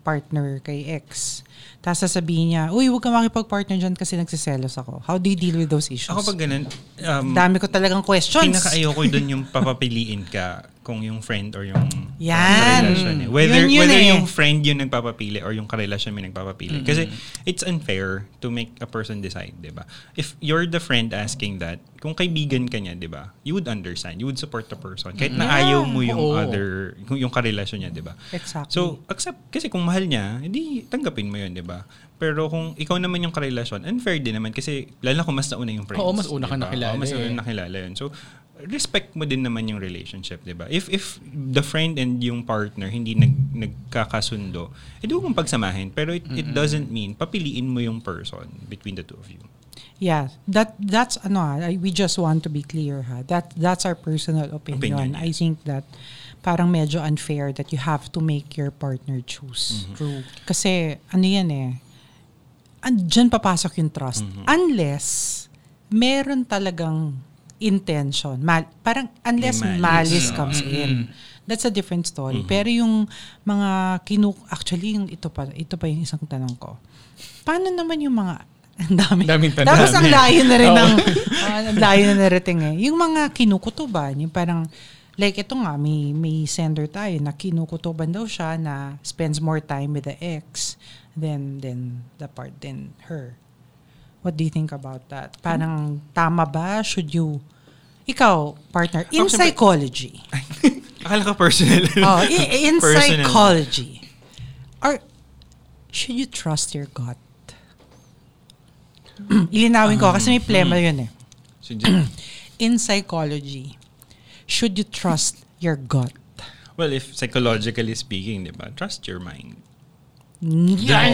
[SPEAKER 2] partner kay ex. Tapos sasabihin niya, uy, huwag ka makipag-partner dyan kasi nagsiselos ako. How do you deal with those issues?
[SPEAKER 3] Ako pag ganun, um,
[SPEAKER 2] Dami ko talagang questions.
[SPEAKER 3] pinaka-ayoko dun yung papapiliin ka kung yung friend or yung
[SPEAKER 2] Yan.
[SPEAKER 3] karelasyon. Eh. Whether,
[SPEAKER 2] Yun yun
[SPEAKER 3] whether
[SPEAKER 2] eh.
[SPEAKER 3] yung friend yung nagpapapili or yung karelasyon may nagpapapili. Kasi it's unfair to make a person decide, di ba? If you're the friend asking that, kung kaibigan ka niya, di ba? You would understand. You would support the person. Kahit na ayaw mo yung
[SPEAKER 4] Oo.
[SPEAKER 3] other, yung, yung karelasyon niya, di ba?
[SPEAKER 2] Exactly.
[SPEAKER 3] So, accept. Kasi kung mahal niya, hindi tanggapin mo yun, di ba? Pero kung ikaw naman yung karelasyon, unfair din naman kasi lalo na kung mas nauna yung friends.
[SPEAKER 4] Oo, mas una ka
[SPEAKER 3] di ba? Oo,
[SPEAKER 4] nakilala
[SPEAKER 3] mas
[SPEAKER 4] eh.
[SPEAKER 3] una nakilala yun. So, respect mo din naman yung relationship, di ba? If, if the friend and yung partner hindi nag, nagkakasundo, edi huwag mong pagsamahin. Pero it, it doesn't mean papiliin mo yung person between the two of you.
[SPEAKER 2] Yeah, that that's ano ah, I- we just want to be clear ha. That that's our personal opinion.
[SPEAKER 3] Opinion,
[SPEAKER 2] I think that parang medyo unfair that you have to make your partner choose.
[SPEAKER 3] Mm-hmm.
[SPEAKER 2] True. Kasi ano yan eh, andyan papasok yung trust.
[SPEAKER 3] Mm-hmm.
[SPEAKER 2] Unless meron talagang intention. Mal- parang unless
[SPEAKER 3] May
[SPEAKER 2] malice,
[SPEAKER 3] malice,
[SPEAKER 2] comes in. That's a different story.
[SPEAKER 4] Mm-hmm.
[SPEAKER 2] Pero yung mga kinu... Actually, yung ito pa, ito pa yung isang tanong ko. Paano naman yung mga... Ang dami.
[SPEAKER 4] Daming tanong.
[SPEAKER 2] Tapos ang layo na rin
[SPEAKER 4] Oo.
[SPEAKER 2] ng... ah, ang layo na narating eh. Yung mga kinukutuban, yung parang... Like ito nga, may, may sender tayo na kinukutuban daw siya na spends more time with the ex than, than the part than her. What do you think about that? Parang tama ba? Should you... Ikaw, partner, in
[SPEAKER 3] Ako, syempre-
[SPEAKER 2] psychology.
[SPEAKER 3] Akala ka personal.
[SPEAKER 2] Oh, i- in
[SPEAKER 3] Personal.
[SPEAKER 2] psychology. Or should you trust your gut? Ilinawin
[SPEAKER 3] Ah.
[SPEAKER 2] ko kasi may
[SPEAKER 3] Hmm.
[SPEAKER 2] plema yun eh.
[SPEAKER 3] So, just-
[SPEAKER 2] In psychology, should you trust your gut?
[SPEAKER 3] well, if psychologically speaking, di ba? Trust your mind.
[SPEAKER 2] Yan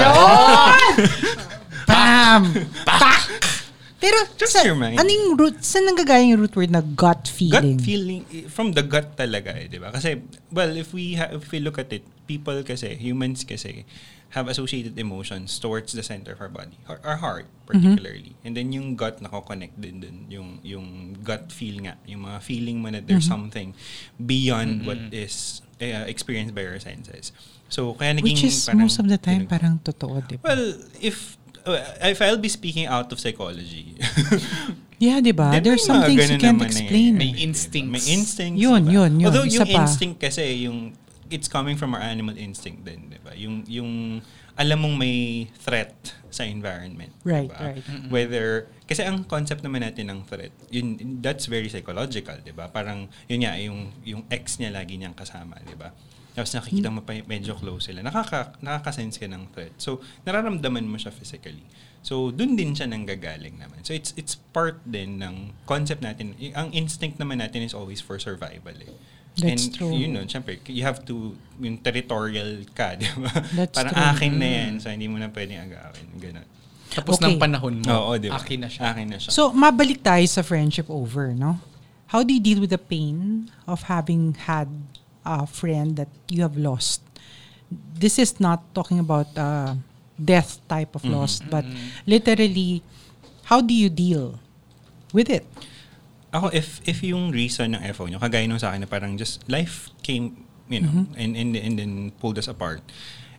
[SPEAKER 2] Bam! Pak! Pero, sa,
[SPEAKER 3] Trust your mind.
[SPEAKER 2] anong root, saan nanggagaling yung root word na gut feeling?
[SPEAKER 3] Gut feeling eh, from the gut talaga eh, 'di ba? Kasi well, if we ha- if we look at it, people kasi, humans kasi have associated emotions towards the center of our body, our, our heart
[SPEAKER 2] Mhm.
[SPEAKER 3] particularly. And then yung gut nako-connect din dun, yung yung gut feel nga, yung mga feeling mo na
[SPEAKER 2] Mhm.
[SPEAKER 3] there's something beyond what is eh, experienced by our senses. So kaya naging
[SPEAKER 2] Which is
[SPEAKER 3] parang
[SPEAKER 2] most of the time
[SPEAKER 3] tinag-
[SPEAKER 2] parang totoo, di ba?
[SPEAKER 3] Well, if uh, if I'll be speaking out of psychology.
[SPEAKER 2] yeah, di ba?
[SPEAKER 3] Then may
[SPEAKER 2] There's
[SPEAKER 3] mga
[SPEAKER 2] some things
[SPEAKER 3] ganun
[SPEAKER 2] you can't
[SPEAKER 3] naman eh.
[SPEAKER 2] explain.
[SPEAKER 4] May
[SPEAKER 2] eh.
[SPEAKER 4] instincts.
[SPEAKER 3] May instincts.
[SPEAKER 2] Yun,
[SPEAKER 3] diba?
[SPEAKER 2] yun, yun.
[SPEAKER 3] Although
[SPEAKER 2] Isa
[SPEAKER 3] yung
[SPEAKER 2] pa.
[SPEAKER 3] instinct kasi, yung, it's coming from our animal instinct din, di ba? Yung, yung alam mong may threat sa environment. di
[SPEAKER 2] Right,
[SPEAKER 3] ba?
[SPEAKER 2] right.
[SPEAKER 3] Whether, kasi ang concept naman natin ng threat, yun, that's very psychological, di ba? Parang, yun nga, yung, yung ex niya lagi niyang kasama, di ba? Tapos nakikita mo pa medyo close sila. Nakaka, nakaka-sense ka ng threat. So, nararamdaman mo siya physically. So, dun din siya nanggagaling naman. So, it's it's part din ng concept natin. Y- Ang instinct naman natin is always for survival. Eh.
[SPEAKER 2] That's
[SPEAKER 3] And,
[SPEAKER 2] true.
[SPEAKER 3] You know, syempre, you have to, yung territorial ka, di ba?
[SPEAKER 2] That's
[SPEAKER 3] Parang
[SPEAKER 2] true. Mm.
[SPEAKER 3] akin na yan, so hindi mo na pwedeng agawin. Ganun.
[SPEAKER 4] Tapos
[SPEAKER 2] Okay.
[SPEAKER 4] ng panahon mo,
[SPEAKER 3] Oo, di ba?
[SPEAKER 4] akin na siya.
[SPEAKER 3] Akin na siya.
[SPEAKER 2] So, mabalik tayo sa friendship over, no? How do you deal with the pain of having had uh, friend that you have lost. This is not talking about uh, death type of loss, but literally, how do you deal with it?
[SPEAKER 3] Ako, if, if yung reason ng FO nyo, kagaya nung sa akin na parang just life came, you know,
[SPEAKER 2] Mm-hmm.
[SPEAKER 3] and, and, and then pulled us apart,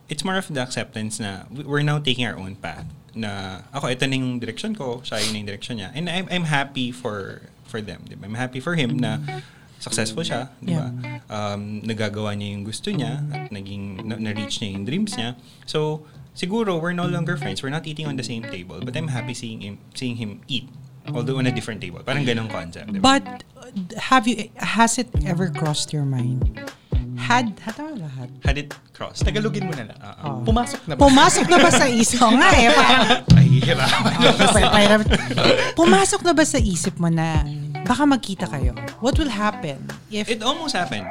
[SPEAKER 3] it's more of the acceptance na we- we're now taking our own path. Na ako, ito na yung direction ko, siya yun na yung direction niya. And I'm, I'm happy for for them. Di ba? I'm happy for him na
[SPEAKER 2] Mm-hmm.
[SPEAKER 3] successful siya, di ba? Um, nagagawa niya yung gusto niya at naging, na- na-reach niya yung dreams niya. So, siguro, we're no longer friends. We're not eating on the same table. But I'm happy seeing him, seeing him eat. Although on a different table. Parang ganong concept. diba? Di ba?
[SPEAKER 2] But uh, have you has it ever crossed your mind? Had had tama ba lahat.
[SPEAKER 3] Had it crossed.
[SPEAKER 4] Tagalogin mo na lang.
[SPEAKER 3] Ah.
[SPEAKER 4] Pumasok na ba?
[SPEAKER 2] Pumasok na ba sa isip Oo nga eh? parang-
[SPEAKER 3] Ay, hirapan.
[SPEAKER 2] Pahirap- pahirap. Pumasok na ba sa isip mo na baka magkita kayo? What will happen if...
[SPEAKER 3] It almost happened.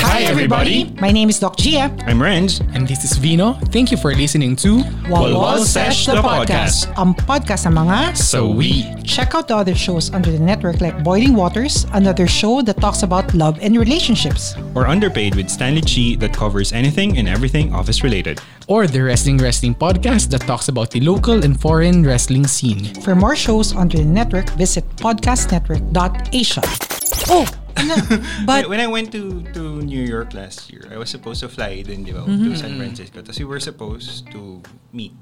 [SPEAKER 4] Hi, everybody!
[SPEAKER 2] My name is Doc Gia.
[SPEAKER 3] I'm Renz.
[SPEAKER 4] And this is Vino. Thank you for listening to
[SPEAKER 3] Walwal Sesh, the podcast.
[SPEAKER 2] Ang podcast ng mga...
[SPEAKER 4] So We.
[SPEAKER 2] Check out the other shows under the network like Boiling Waters, another show that talks about love and relationships.
[SPEAKER 3] Or Underpaid with Stanley Chi that covers anything and everything office related.
[SPEAKER 4] Or the Wrestling Wrestling Podcast that talks about the local and foreign wrestling scene.
[SPEAKER 2] For more shows under the network, visit podcastnetwork.asia. Oh, ano? but
[SPEAKER 3] when I went to to New York last year, I was supposed to fly din, di ba,
[SPEAKER 2] Mm-hmm.
[SPEAKER 3] to San Francisco. Tapos we were supposed to meet.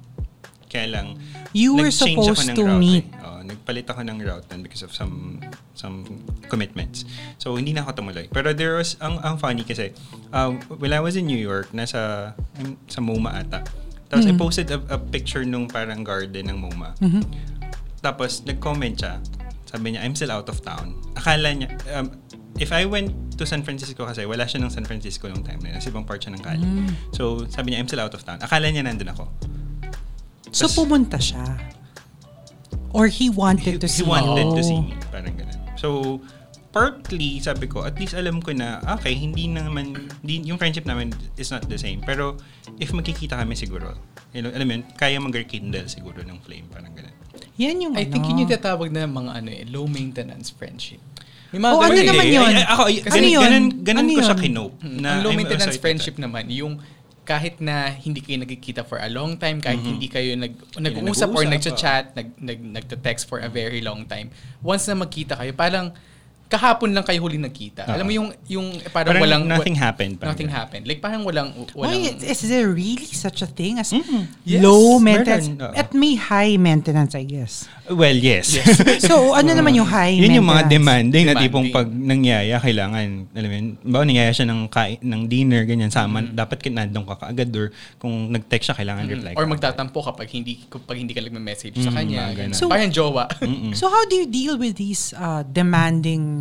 [SPEAKER 3] Kaya lang,
[SPEAKER 2] You were
[SPEAKER 3] nag-change ako
[SPEAKER 2] supposed
[SPEAKER 3] ng
[SPEAKER 2] to
[SPEAKER 3] route,
[SPEAKER 2] meet.
[SPEAKER 3] eh. Oo, nagpalit ako ng route nun because of some some commitments. So, hindi na ako tumuloy. Pero there was, ang, ang funny kasi, uh, when I was in New York, nasa sa MoMA ata. Tapos
[SPEAKER 2] Mm-hmm.
[SPEAKER 3] I posted a, a picture nung parang garden ng MoMA. Tapos, nag-comment siya. Sabi niya, I'm still out of town. Akala niya, um, if I went to San Francisco kasi, wala siya ng San Francisco nung time na yun. Nasa ibang part siya ng Cali.
[SPEAKER 2] Mm.
[SPEAKER 3] So, sabi niya, I'm still out of town. Akala niya nandun ako.
[SPEAKER 2] so pumunta siya. Or he
[SPEAKER 3] He,
[SPEAKER 2] wanted to
[SPEAKER 3] he
[SPEAKER 2] see
[SPEAKER 3] wanted to
[SPEAKER 2] you.
[SPEAKER 3] see me. Parang ganun. So, partly, sabi ko, at least alam ko na, okay, hindi na naman, hindi, yung friendship namin is not the same. Pero, if magkikita kami siguro, you know, alam mo yun, kaya mag-rekindle siguro ng flame. Parang ganun.
[SPEAKER 2] Yan yung ano.
[SPEAKER 4] I think yun yung tatawag na mga ano eh, low maintenance friendship. Yung
[SPEAKER 2] Oh, ano
[SPEAKER 4] ganun eh.
[SPEAKER 2] naman yun?
[SPEAKER 3] Ay, ay, ako, ay,
[SPEAKER 2] Kasi
[SPEAKER 3] ganun,
[SPEAKER 2] yun?
[SPEAKER 3] ganun, ganun
[SPEAKER 2] Ano
[SPEAKER 3] ko siya
[SPEAKER 2] yun?
[SPEAKER 3] kinope.
[SPEAKER 4] Hmm, ang low
[SPEAKER 3] Hmm. I'm- I'm
[SPEAKER 4] maintenance
[SPEAKER 3] sorry to
[SPEAKER 4] friendship naman, yung kahit na hindi kayo nagkikita for a long time, kahit hindi kayo nag,
[SPEAKER 3] Mm-hmm. nag-uusap,
[SPEAKER 4] nag-uusap or
[SPEAKER 3] ah.
[SPEAKER 4] nagcha-chat, nag, nag, nagte-text for a very long time, once na magkita kayo, parang kahapon lang kayo huling nagkita.
[SPEAKER 3] Oo.
[SPEAKER 4] Alam mo yung, yung eh, parang,
[SPEAKER 3] Ah. Parang
[SPEAKER 4] walang...
[SPEAKER 3] nothing happened, parang
[SPEAKER 4] Nothing
[SPEAKER 3] ganun.
[SPEAKER 4] happened. Like parang walang... walang
[SPEAKER 2] Why, is there really such a thing as
[SPEAKER 3] Yes,
[SPEAKER 2] low
[SPEAKER 3] meron, Uh-huh.
[SPEAKER 2] maintenance?
[SPEAKER 3] oo.
[SPEAKER 2] At may high maintenance, I guess.
[SPEAKER 3] Well, yes.
[SPEAKER 2] So, ano naman yung high
[SPEAKER 3] yun
[SPEAKER 2] maintenance?
[SPEAKER 3] yung mga demanding na
[SPEAKER 4] Demanding.
[SPEAKER 3] tipong pag nangyaya, kailangan, alam mo yun, bawa nangyaya siya ng, kain, ng dinner, ganyan, sama,
[SPEAKER 4] Hmm.
[SPEAKER 3] dapat kin- nandun ka kaagad or kung nag-text siya, kailangan reply
[SPEAKER 4] mm-hmm. or
[SPEAKER 3] ka.
[SPEAKER 4] magtatampo kapag hindi kapag hindi ka nagme-message sa
[SPEAKER 3] Mm,
[SPEAKER 4] kanya.
[SPEAKER 3] mga ganun.
[SPEAKER 4] ganun.
[SPEAKER 2] So-
[SPEAKER 4] parang jowa.
[SPEAKER 3] Mm.
[SPEAKER 2] So, how do you deal with these uh, demanding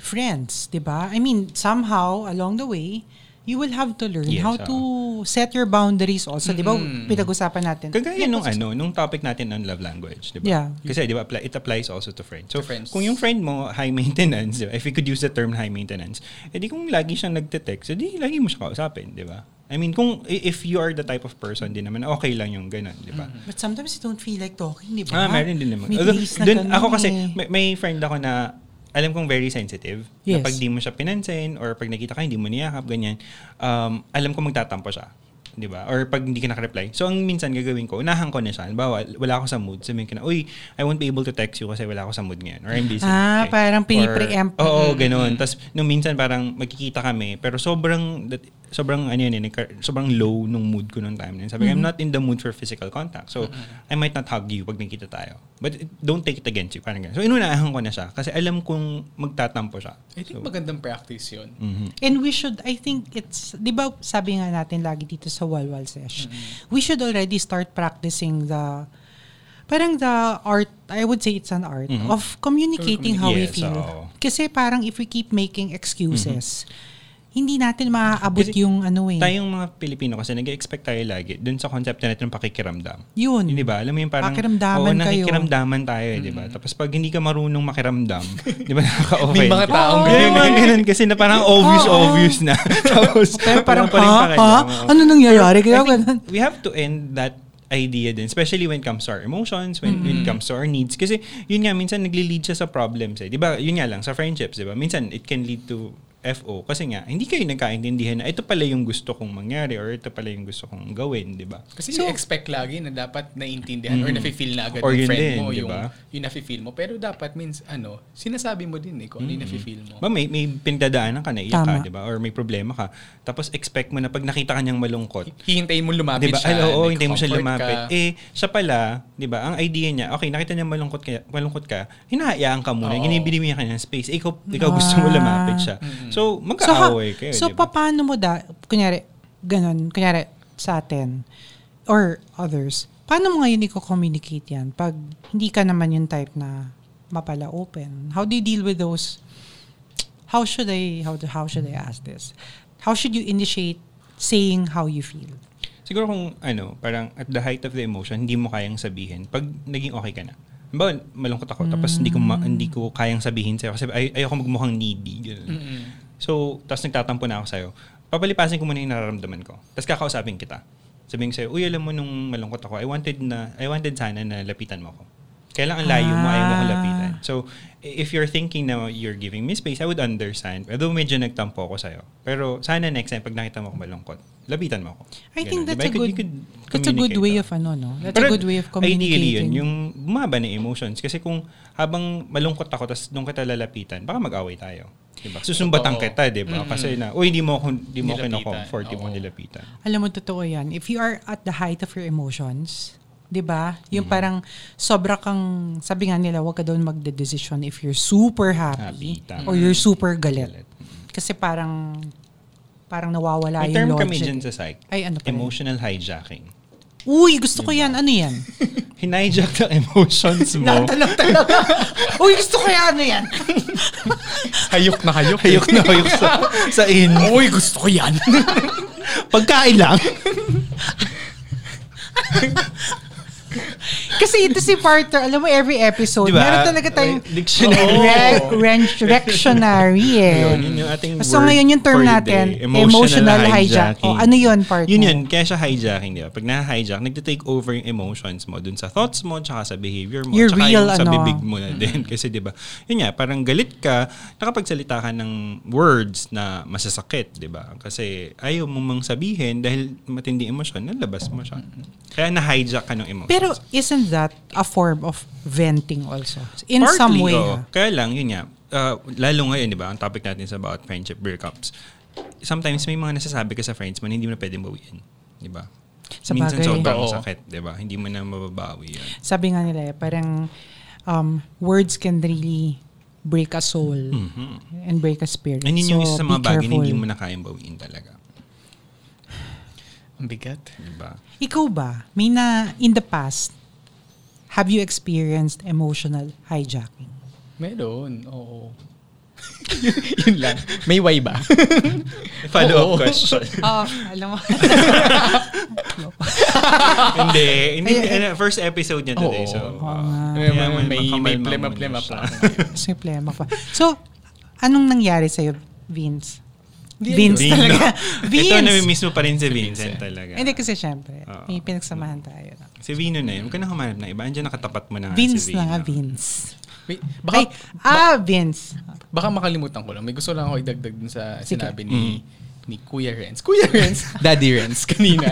[SPEAKER 2] friends, di ba? I mean, somehow, along the way, you will have to learn
[SPEAKER 3] Yes, uh-huh.
[SPEAKER 2] how
[SPEAKER 3] oo.
[SPEAKER 2] to set your boundaries also. Di ba, pinag-usapan natin.
[SPEAKER 3] Kagaya nung ano, nung topic natin on love language, di ba?
[SPEAKER 2] Yeah.
[SPEAKER 3] Kasi di ba, apply- it applies also to friends. So,
[SPEAKER 4] To friends.
[SPEAKER 3] kung yung friend mo, high maintenance, di ba? if we could use the term high maintenance, edi kung lagi siyang nagte-text, edi lagi mo siya kausapin, di ba? I mean, kung i- if you are the type of person din naman, okay lang yung ganun, di
[SPEAKER 4] Mm-hmm.
[SPEAKER 3] ba?
[SPEAKER 2] But sometimes you don't feel like talking, di ba?
[SPEAKER 3] Ah, meron din naman.
[SPEAKER 2] May
[SPEAKER 3] Although,
[SPEAKER 2] days na
[SPEAKER 3] dun,
[SPEAKER 2] ganun
[SPEAKER 3] ako kasi,
[SPEAKER 2] eh.
[SPEAKER 3] may, may friend ako na alam kong very sensitive.
[SPEAKER 2] Yes.
[SPEAKER 3] Na pag di mo siya pinansin or pag nakita ka, hindi mo niyakap, ganyan. Um, alam ko magtatampo siya. Di ba? Or pag hindi ka nakareply. So, ang minsan gagawin ko, unahan ko na siya. Halimbawa, wala ako sa mood. Sabihin ko na, uy, I won't be able to text you kasi wala ako sa mood ngayon. Or I'm busy.
[SPEAKER 2] Ah, parang pinipreempt.
[SPEAKER 3] Or- Oo, ganun. Tapos, nung minsan parang magkikita kami, pero sobrang, that- sobrang ano yun, eh, nagka- sobrang low nung mood ko nung time na yun. Sabi ko, I'm not in the mood for physical contact. So, I might not hug you pag nagkita tayo. But it- don't take it against you. Parang ganun. So, inunahan ko na siya kasi alam kong magtatampo siya.
[SPEAKER 4] I think
[SPEAKER 3] So, Mm-hmm.
[SPEAKER 4] magandang practice yun.
[SPEAKER 2] And we should, I think it's, di ba sabi nga natin lagi dito sa Walwal Sesh, we should already start practicing the, parang the art, I would say it's an art, of communicating how we
[SPEAKER 3] Mm-hmm. Yes,
[SPEAKER 2] feel.
[SPEAKER 3] oo.
[SPEAKER 2] Kasi parang if we keep making excuses, hindi natin maaabot
[SPEAKER 3] Mm-hmm. Kasi
[SPEAKER 2] yung ano eh.
[SPEAKER 3] tayong mga Pilipino kasi nag-expect tayo lagi dun sa konsepto natin ng pakikiramdam.
[SPEAKER 2] yun.
[SPEAKER 4] Mm.
[SPEAKER 3] Hindi ba? Alam mo yung parang,
[SPEAKER 2] Pakiramdaman
[SPEAKER 3] oo,
[SPEAKER 2] kayo.
[SPEAKER 3] nakikiramdaman tayo, eh, di ba? Tapos pag hindi ka marunong makiramdam, di ba nakaka-offend?
[SPEAKER 4] May mga taong
[SPEAKER 2] Oo.
[SPEAKER 3] Ganun yung Oh,
[SPEAKER 4] ganyan.
[SPEAKER 3] mga ganun kasi na parang obvious,
[SPEAKER 2] Oo.
[SPEAKER 3] obvious na. Tapos,
[SPEAKER 2] Pero parang,
[SPEAKER 3] wala pa
[SPEAKER 2] ha?
[SPEAKER 3] rin
[SPEAKER 2] Ha?
[SPEAKER 3] pakialam. Oo.
[SPEAKER 2] Ano nangyayari?
[SPEAKER 3] I
[SPEAKER 2] Kaya
[SPEAKER 3] think
[SPEAKER 2] ganun.
[SPEAKER 3] we have to end that idea din, especially when it comes to our emotions, when, when it comes to our needs. Kasi, yun nga, minsan nagli-lead siya sa problems eh. Di ba, yun nga lang, sa friendships, di ba? Minsan, it can lead to FO. Kasi nga, hindi kayo nagkaintindihan na ito pala yung gusto kong mangyari or ito pala yung gusto kong gawin, di ba?
[SPEAKER 4] Kasi you expect lagi na dapat naiintindihan or nafe-feel na agad
[SPEAKER 3] Or
[SPEAKER 4] ng
[SPEAKER 3] yun
[SPEAKER 4] friend
[SPEAKER 3] din,
[SPEAKER 4] mo
[SPEAKER 3] di
[SPEAKER 4] yung,
[SPEAKER 3] ba?
[SPEAKER 4] yung nafe-feel mo. Pero dapat means ano, sinasabi mo din eh kung ano yung nafe-feel mo.
[SPEAKER 3] Ba, may, may pinagdadaanan ka, naiyak
[SPEAKER 2] Tama.
[SPEAKER 3] ka, di ba? Or may problema ka. Tapos expect mo na pag nakita ka niyang malungkot,
[SPEAKER 4] Hihintayin mo lumapit
[SPEAKER 3] Diba? Ay,
[SPEAKER 4] siya.
[SPEAKER 3] oo,
[SPEAKER 4] may
[SPEAKER 3] hindi mo siya
[SPEAKER 4] comfort
[SPEAKER 3] lumapit.
[SPEAKER 4] ka.
[SPEAKER 3] Eh, siya pala, di ba, ang idea niya, okay, nakita niya malungkot ka, malungkot ka hinahayaan ka muna,
[SPEAKER 4] Oo. Ah.
[SPEAKER 3] ginibili niya ka ng space, Eh, ikaw, ikaw gusto mo lumapit siya.
[SPEAKER 4] Mm-hmm.
[SPEAKER 3] So,
[SPEAKER 2] So, ha-
[SPEAKER 3] magkaaway kayo, diba?
[SPEAKER 2] so
[SPEAKER 3] di ba?
[SPEAKER 2] paano mo da, kunyari, ganun, kunyari, sa atin, or others, paano mo ngayon i-communicate yan pag hindi ka naman yung type na mapala open? How do you deal with those, how should I, how, do, how should I ask this? How should you initiate saying how you feel?
[SPEAKER 3] Siguro kung, ano, parang at the height of the emotion, hindi mo kayang sabihin pag naging okay ka na. Halimbawa, malungkot ako, tapos hindi ko, ma- hindi ko kayang sabihin sa'yo kasi ay- ayoko magmukhang needy. Ganun.
[SPEAKER 4] Mm-mm.
[SPEAKER 3] So, tapos nagtatampo na ako sa'yo. Papalipasin ko muna yung nararamdaman ko. Tapos kakausapin kita. Sabihin ko sa'yo, uy, alam mo nung malungkot ako, I wanted na, I wanted sana na lapitan mo ako. Kailangan layo mo, ayaw mo ko
[SPEAKER 2] Ah.
[SPEAKER 3] lapitan. So, i- if you're thinking na you're giving me space, I would understand. Although medyo nagtampo ako sa'yo. Pero sana next time, pag nakita mo ako malungkot, lapitan mo ako.
[SPEAKER 2] I think
[SPEAKER 3] Ganun.
[SPEAKER 2] that's a
[SPEAKER 3] Diba?
[SPEAKER 2] good,
[SPEAKER 3] You could- you could
[SPEAKER 2] that's a good
[SPEAKER 3] communicate
[SPEAKER 2] way
[SPEAKER 3] that.
[SPEAKER 2] of ano, no? That's a
[SPEAKER 3] Pero
[SPEAKER 2] good way of
[SPEAKER 3] Ideally yun,
[SPEAKER 2] communicating.
[SPEAKER 3] yung bumaba na emotions. Kasi kung habang malungkot ako, tapos doon kita lalapitan, baka mag-away tayo. Diba? Susumbatan
[SPEAKER 4] Totoo.
[SPEAKER 3] kita, di ba?
[SPEAKER 4] Mm-mm.
[SPEAKER 3] Kasi na, uy, hindi mo ako, hindi mo ako
[SPEAKER 4] Nilapitan,
[SPEAKER 3] kinocomfort, di mo ako
[SPEAKER 4] oo.
[SPEAKER 3] nilapitan.
[SPEAKER 2] Alam mo, totoo yan. If you are at the height of your emotions, di ba? Yung
[SPEAKER 3] Mm-hmm.
[SPEAKER 2] parang sobra kang, sabi nga nila, huwag ka daw magde-decision if you're super happy
[SPEAKER 3] Happy, tama.
[SPEAKER 2] or you're super galit.
[SPEAKER 3] Galit. Mm-hmm.
[SPEAKER 2] Kasi parang, parang nawawala yung
[SPEAKER 3] May term
[SPEAKER 2] logic.
[SPEAKER 3] kami dyan sa psych.
[SPEAKER 2] Ay, ano pa rin?
[SPEAKER 3] Emotional hijacking.
[SPEAKER 2] Uy, gusto ko
[SPEAKER 3] Diba?
[SPEAKER 2] yan. Ano yan?
[SPEAKER 3] Hinijack ng emotions mo.
[SPEAKER 2] Natanong talaga. Uy, gusto ko yan. Ano yan?
[SPEAKER 4] Hayok na hayok. eh.
[SPEAKER 3] hayok na hayok sa, sa in.
[SPEAKER 4] Uy, gusto ko yan.
[SPEAKER 3] Pagkain lang.
[SPEAKER 2] Kasi ito si Parter, alam mo, every episode,
[SPEAKER 3] Di ba?
[SPEAKER 2] meron talaga tayong
[SPEAKER 3] Ay, dictionary.
[SPEAKER 2] Re- ren- reactionary eh.
[SPEAKER 3] Yun, yun yung ating
[SPEAKER 2] so
[SPEAKER 3] word
[SPEAKER 2] ngayon yung term
[SPEAKER 3] for the
[SPEAKER 2] natin,
[SPEAKER 3] day.
[SPEAKER 2] emotional, hijack. O, ano yun, Parter?
[SPEAKER 3] Yun yun, kaya siya hijacking, di ba? Pag na-hijack, nagtitake over yung emotions mo dun sa thoughts mo, tsaka sa behavior mo,
[SPEAKER 2] Your
[SPEAKER 3] tsaka
[SPEAKER 2] real,
[SPEAKER 3] yung sa
[SPEAKER 2] ano.
[SPEAKER 3] bibig mo na din. Kasi di ba, yun nga, parang galit ka, nakapagsalita ka ng words na masasakit, di ba? Kasi ayaw mo mang sabihin dahil matindi emosyon, nalabas mo siya. Kaya na-hijack ka ng emotions.
[SPEAKER 2] Mm-hmm. Pero isn't that a form of venting also? In some way. ah.
[SPEAKER 3] oo.
[SPEAKER 2] ha?
[SPEAKER 3] Kaya lang, yun nga. Uh, lalo ngayon, di ba? Ang topic natin is about friendship breakups. Sometimes may mga nasasabi ka sa friends mo na hindi mo na pwedeng bawiin. Di ba?
[SPEAKER 2] Sa
[SPEAKER 3] Minsan
[SPEAKER 2] bagay.
[SPEAKER 3] sobrang
[SPEAKER 4] Oo.
[SPEAKER 3] sakit, di ba? Hindi mo na mababawi yun.
[SPEAKER 2] Sabi nga nila eh, parang um, words can really break a soul and break a spirit.
[SPEAKER 3] Mm-hmm. And yun yung isa sa
[SPEAKER 2] be
[SPEAKER 3] mga bagay na hindi
[SPEAKER 2] careful.
[SPEAKER 3] mo na kayang bawiin talaga.
[SPEAKER 4] Ang bigat.
[SPEAKER 3] Di ba?
[SPEAKER 2] Ikaw ba, may na, in the past, have you experienced emotional hijacking?
[SPEAKER 4] Meron, oo. yun lang. May why ba?
[SPEAKER 3] Follow-up
[SPEAKER 4] Oo.
[SPEAKER 3] question.
[SPEAKER 2] Oh, alam mo.
[SPEAKER 3] hindi. hindi eh, first episode niya today.
[SPEAKER 4] Oo.
[SPEAKER 3] So,
[SPEAKER 4] Oo
[SPEAKER 3] uh, kaya
[SPEAKER 4] may may, may, may
[SPEAKER 3] makamalma
[SPEAKER 4] plema
[SPEAKER 3] muna
[SPEAKER 4] plema
[SPEAKER 3] siya.
[SPEAKER 4] pa.
[SPEAKER 2] Problema pa. So, anong nangyari sa'yo, Vince?
[SPEAKER 4] Hindi,
[SPEAKER 2] Vince
[SPEAKER 3] Vino.
[SPEAKER 2] talaga.
[SPEAKER 3] Ito
[SPEAKER 2] Vince!
[SPEAKER 3] namimiss mo pa rin si Vincent
[SPEAKER 4] Vincent.
[SPEAKER 3] talaga.
[SPEAKER 2] Hindi kasi syempre,
[SPEAKER 3] Oo.
[SPEAKER 2] may pinagsamahan tayo. no?
[SPEAKER 3] Si Vino na yun. Huwag ka na humanap na iba. Andiyan nakatapat mo na nga
[SPEAKER 2] Vince
[SPEAKER 3] Ah, si
[SPEAKER 2] na
[SPEAKER 3] Vino.
[SPEAKER 2] nga, Vince.
[SPEAKER 4] May, baka,
[SPEAKER 2] Baka, ah, Vince.
[SPEAKER 4] baka makalimutan ko lang. May gusto lang ako idagdag dun sa
[SPEAKER 2] Sige.
[SPEAKER 4] sinabi ni ni Kuya Renz. Kuya Renz! Mm. Daddy Renz kanina.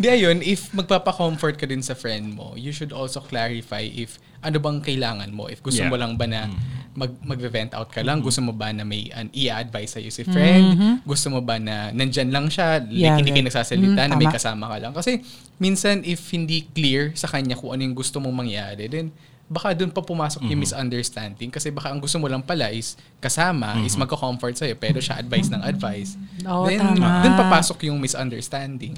[SPEAKER 4] Di ayun, if magpapa-comfort ka din sa friend mo, you should also clarify if ano bang kailangan mo. If gusto
[SPEAKER 3] Yeah.
[SPEAKER 4] mo lang ba na mag, mag-vent out ka lang, gusto mo ba na may an, i-advise sa'yo si friend, gusto mo ba na nandyan lang siya,
[SPEAKER 2] Mm-hmm. Yeah,
[SPEAKER 4] like, hindi kayo
[SPEAKER 2] right.
[SPEAKER 4] nagsasalita,
[SPEAKER 2] Mm,
[SPEAKER 4] na may
[SPEAKER 2] tama.
[SPEAKER 4] kasama ka lang. Kasi minsan, if hindi clear sa kanya kung ano yung gusto mong mangyari, then baka doon pa pumasok yung
[SPEAKER 3] Mhm.
[SPEAKER 4] misunderstanding kasi baka ang gusto mo lang pala is kasama, is
[SPEAKER 3] Mhm.
[SPEAKER 4] magko-comfort sa'yo, pero siya advice ng advice.
[SPEAKER 2] Oo,
[SPEAKER 4] then,
[SPEAKER 2] tama.
[SPEAKER 4] doon papasok yung misunderstanding.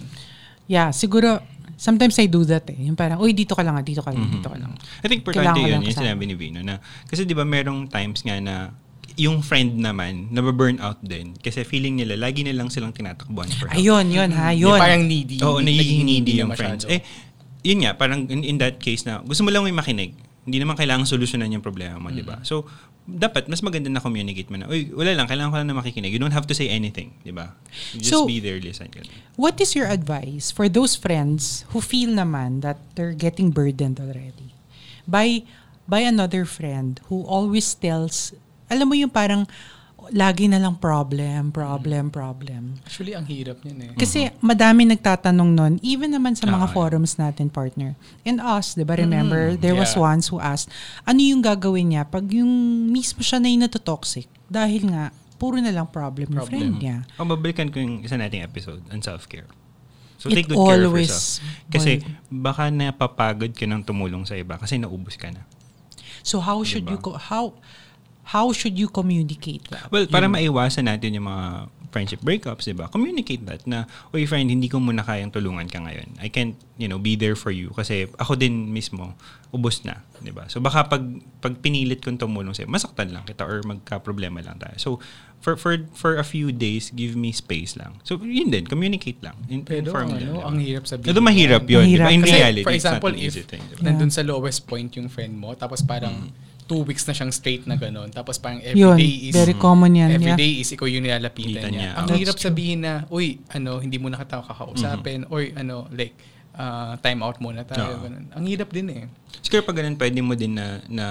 [SPEAKER 2] Yeah, siguro, sometimes I do that eh. Yung parang, uy, dito ka lang, ah, dito ka lang, dito ka lang.
[SPEAKER 3] I think importante
[SPEAKER 2] Kailangan ko
[SPEAKER 3] yun,
[SPEAKER 2] lang
[SPEAKER 3] yung
[SPEAKER 2] kasama.
[SPEAKER 3] sinabi ni Vino na, kasi di ba merong times nga na yung friend naman, nababurn out din. Kasi feeling nila, lagi nilang silang tinatakbuhan for help.
[SPEAKER 2] Ayun, yun ha, yun.
[SPEAKER 4] Yung parang needy.
[SPEAKER 3] Oo,
[SPEAKER 4] hindi-
[SPEAKER 3] nagiging
[SPEAKER 4] naging
[SPEAKER 3] needy
[SPEAKER 4] na
[SPEAKER 3] yung friends.
[SPEAKER 4] masyado.
[SPEAKER 3] Eh, yun nga, parang in, in that case na, gusto mo lang may makinig. Hindi naman kailangan solusyonan yung problema mo, di ba?
[SPEAKER 4] Mm.
[SPEAKER 3] So, dapat mas maganda na communicate mo na, uy, wala lang, kailangan ko lang na makikinig. You don't have to say anything, di ba? You Just
[SPEAKER 2] So-
[SPEAKER 3] be there, listen. ganun.
[SPEAKER 2] What is your advice for those friends who feel naman that they're getting burdened already by by another friend who always tells, alam mo yung parang lagi na lang problem, problem, problem.
[SPEAKER 4] Actually, ang hirap niyan eh.
[SPEAKER 2] Kasi madami nagtatanong nun, even naman sa mga
[SPEAKER 3] Ah, Mm-hmm. yeah.
[SPEAKER 2] forums natin, partner. And us, di ba? Remember, there was
[SPEAKER 4] Yeah.
[SPEAKER 2] once who asked, ano yung gagawin niya pag yung mismo siya na yung natotoxic? Dahil nga, puro na lang problem, yung friend niya.
[SPEAKER 3] Oh, babalikan ko yung isa nating episode on self-care. So
[SPEAKER 2] It
[SPEAKER 3] take good care of
[SPEAKER 2] always
[SPEAKER 3] yourself. Kasi
[SPEAKER 2] boil-
[SPEAKER 3] baka napapagod ka ng tumulong sa iba kasi naubos ka na.
[SPEAKER 2] So how should you,
[SPEAKER 3] Diba?
[SPEAKER 2] co- how, how should you communicate that?
[SPEAKER 3] Well, para maiwasan natin yung mga friendship breakups, 'di ba? Communicate that na, "Oy friend, hindi ko muna kayang tulungan ka ngayon. I can't, you know, be there for you kasi ako din mismo ubos na, 'di ba? So baka pag pag pinilit kong tumulong sa'yo, masaktan lang kita or magka-problema lang tayo. So for for for a few days, give me space lang. So yun din, communicate lang. In,
[SPEAKER 4] Pero
[SPEAKER 3] inform
[SPEAKER 4] ano,
[SPEAKER 3] lang, 'di ba?
[SPEAKER 4] ang hirap sabihin.
[SPEAKER 3] Ito mahirap yun. di ba?
[SPEAKER 2] Mahirap.
[SPEAKER 3] In
[SPEAKER 4] Kasi,
[SPEAKER 3] reality,
[SPEAKER 4] for
[SPEAKER 3] it's not
[SPEAKER 4] example,
[SPEAKER 3] an
[SPEAKER 4] if
[SPEAKER 3] easy thing. diba? Mm. di ba?
[SPEAKER 4] nandun sa lowest point yung friend mo, tapos parang two weeks na siyang straight na ganun, tapos parang
[SPEAKER 2] Yun,
[SPEAKER 4] everyday is...
[SPEAKER 2] very common yan. yeah.
[SPEAKER 4] Every day is ikaw yung
[SPEAKER 3] Kita
[SPEAKER 4] nilalapitan niya.
[SPEAKER 3] niya.
[SPEAKER 4] Ang
[SPEAKER 3] That's
[SPEAKER 4] hirap sabihin na, uy, ano, hindi mo na kita kakausapin,
[SPEAKER 3] Mm-hmm.
[SPEAKER 4] or ano, like, ah, time out muna tayo.
[SPEAKER 3] Oo.
[SPEAKER 4] ganun. Ang hirap din eh.
[SPEAKER 3] Siguro pag ganun, pwede mo din na, na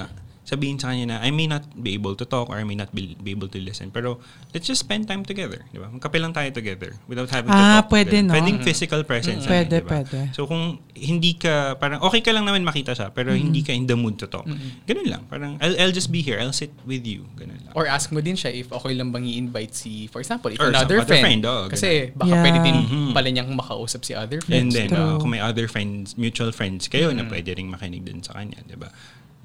[SPEAKER 3] sabihin sa kanya na, I may not be able to talk or I may not be, be able to listen. Pero let's just spend time together. Di ba? Magkape lang tayo together without having to
[SPEAKER 2] Ah,
[SPEAKER 3] talk.
[SPEAKER 2] pwede,
[SPEAKER 3] Ganun.
[SPEAKER 2] no?
[SPEAKER 3] Pwedeng
[SPEAKER 4] Mm-hmm.
[SPEAKER 3] physical presence.
[SPEAKER 2] Mm.
[SPEAKER 3] lang,
[SPEAKER 2] Pwede,
[SPEAKER 3] di ba?
[SPEAKER 2] pwede.
[SPEAKER 3] So kung hindi ka, parang okay ka lang naman makita siya, pero
[SPEAKER 2] Mm-hmm.
[SPEAKER 3] hindi ka in the mood to talk. Ganun lang. Parang I'll, I'll just be here. I'll sit with you. Ganun lang.
[SPEAKER 4] Mm-hmm. Or ask mo din siya if okay lang bang i-invite si, for example, if
[SPEAKER 3] Or
[SPEAKER 4] another
[SPEAKER 3] some other friend,
[SPEAKER 4] friend.
[SPEAKER 3] oh, oo,
[SPEAKER 4] kasi baka
[SPEAKER 2] Yeah.
[SPEAKER 4] pwede din
[SPEAKER 3] Mhm.
[SPEAKER 4] pala niyang makausap si other
[SPEAKER 3] And
[SPEAKER 4] friends.
[SPEAKER 3] then,
[SPEAKER 2] true.
[SPEAKER 3] uh, kung may other friends, mutual friends kayo
[SPEAKER 4] Mm-hmm.
[SPEAKER 3] na pwede rin makinig din sa kanya, di ba?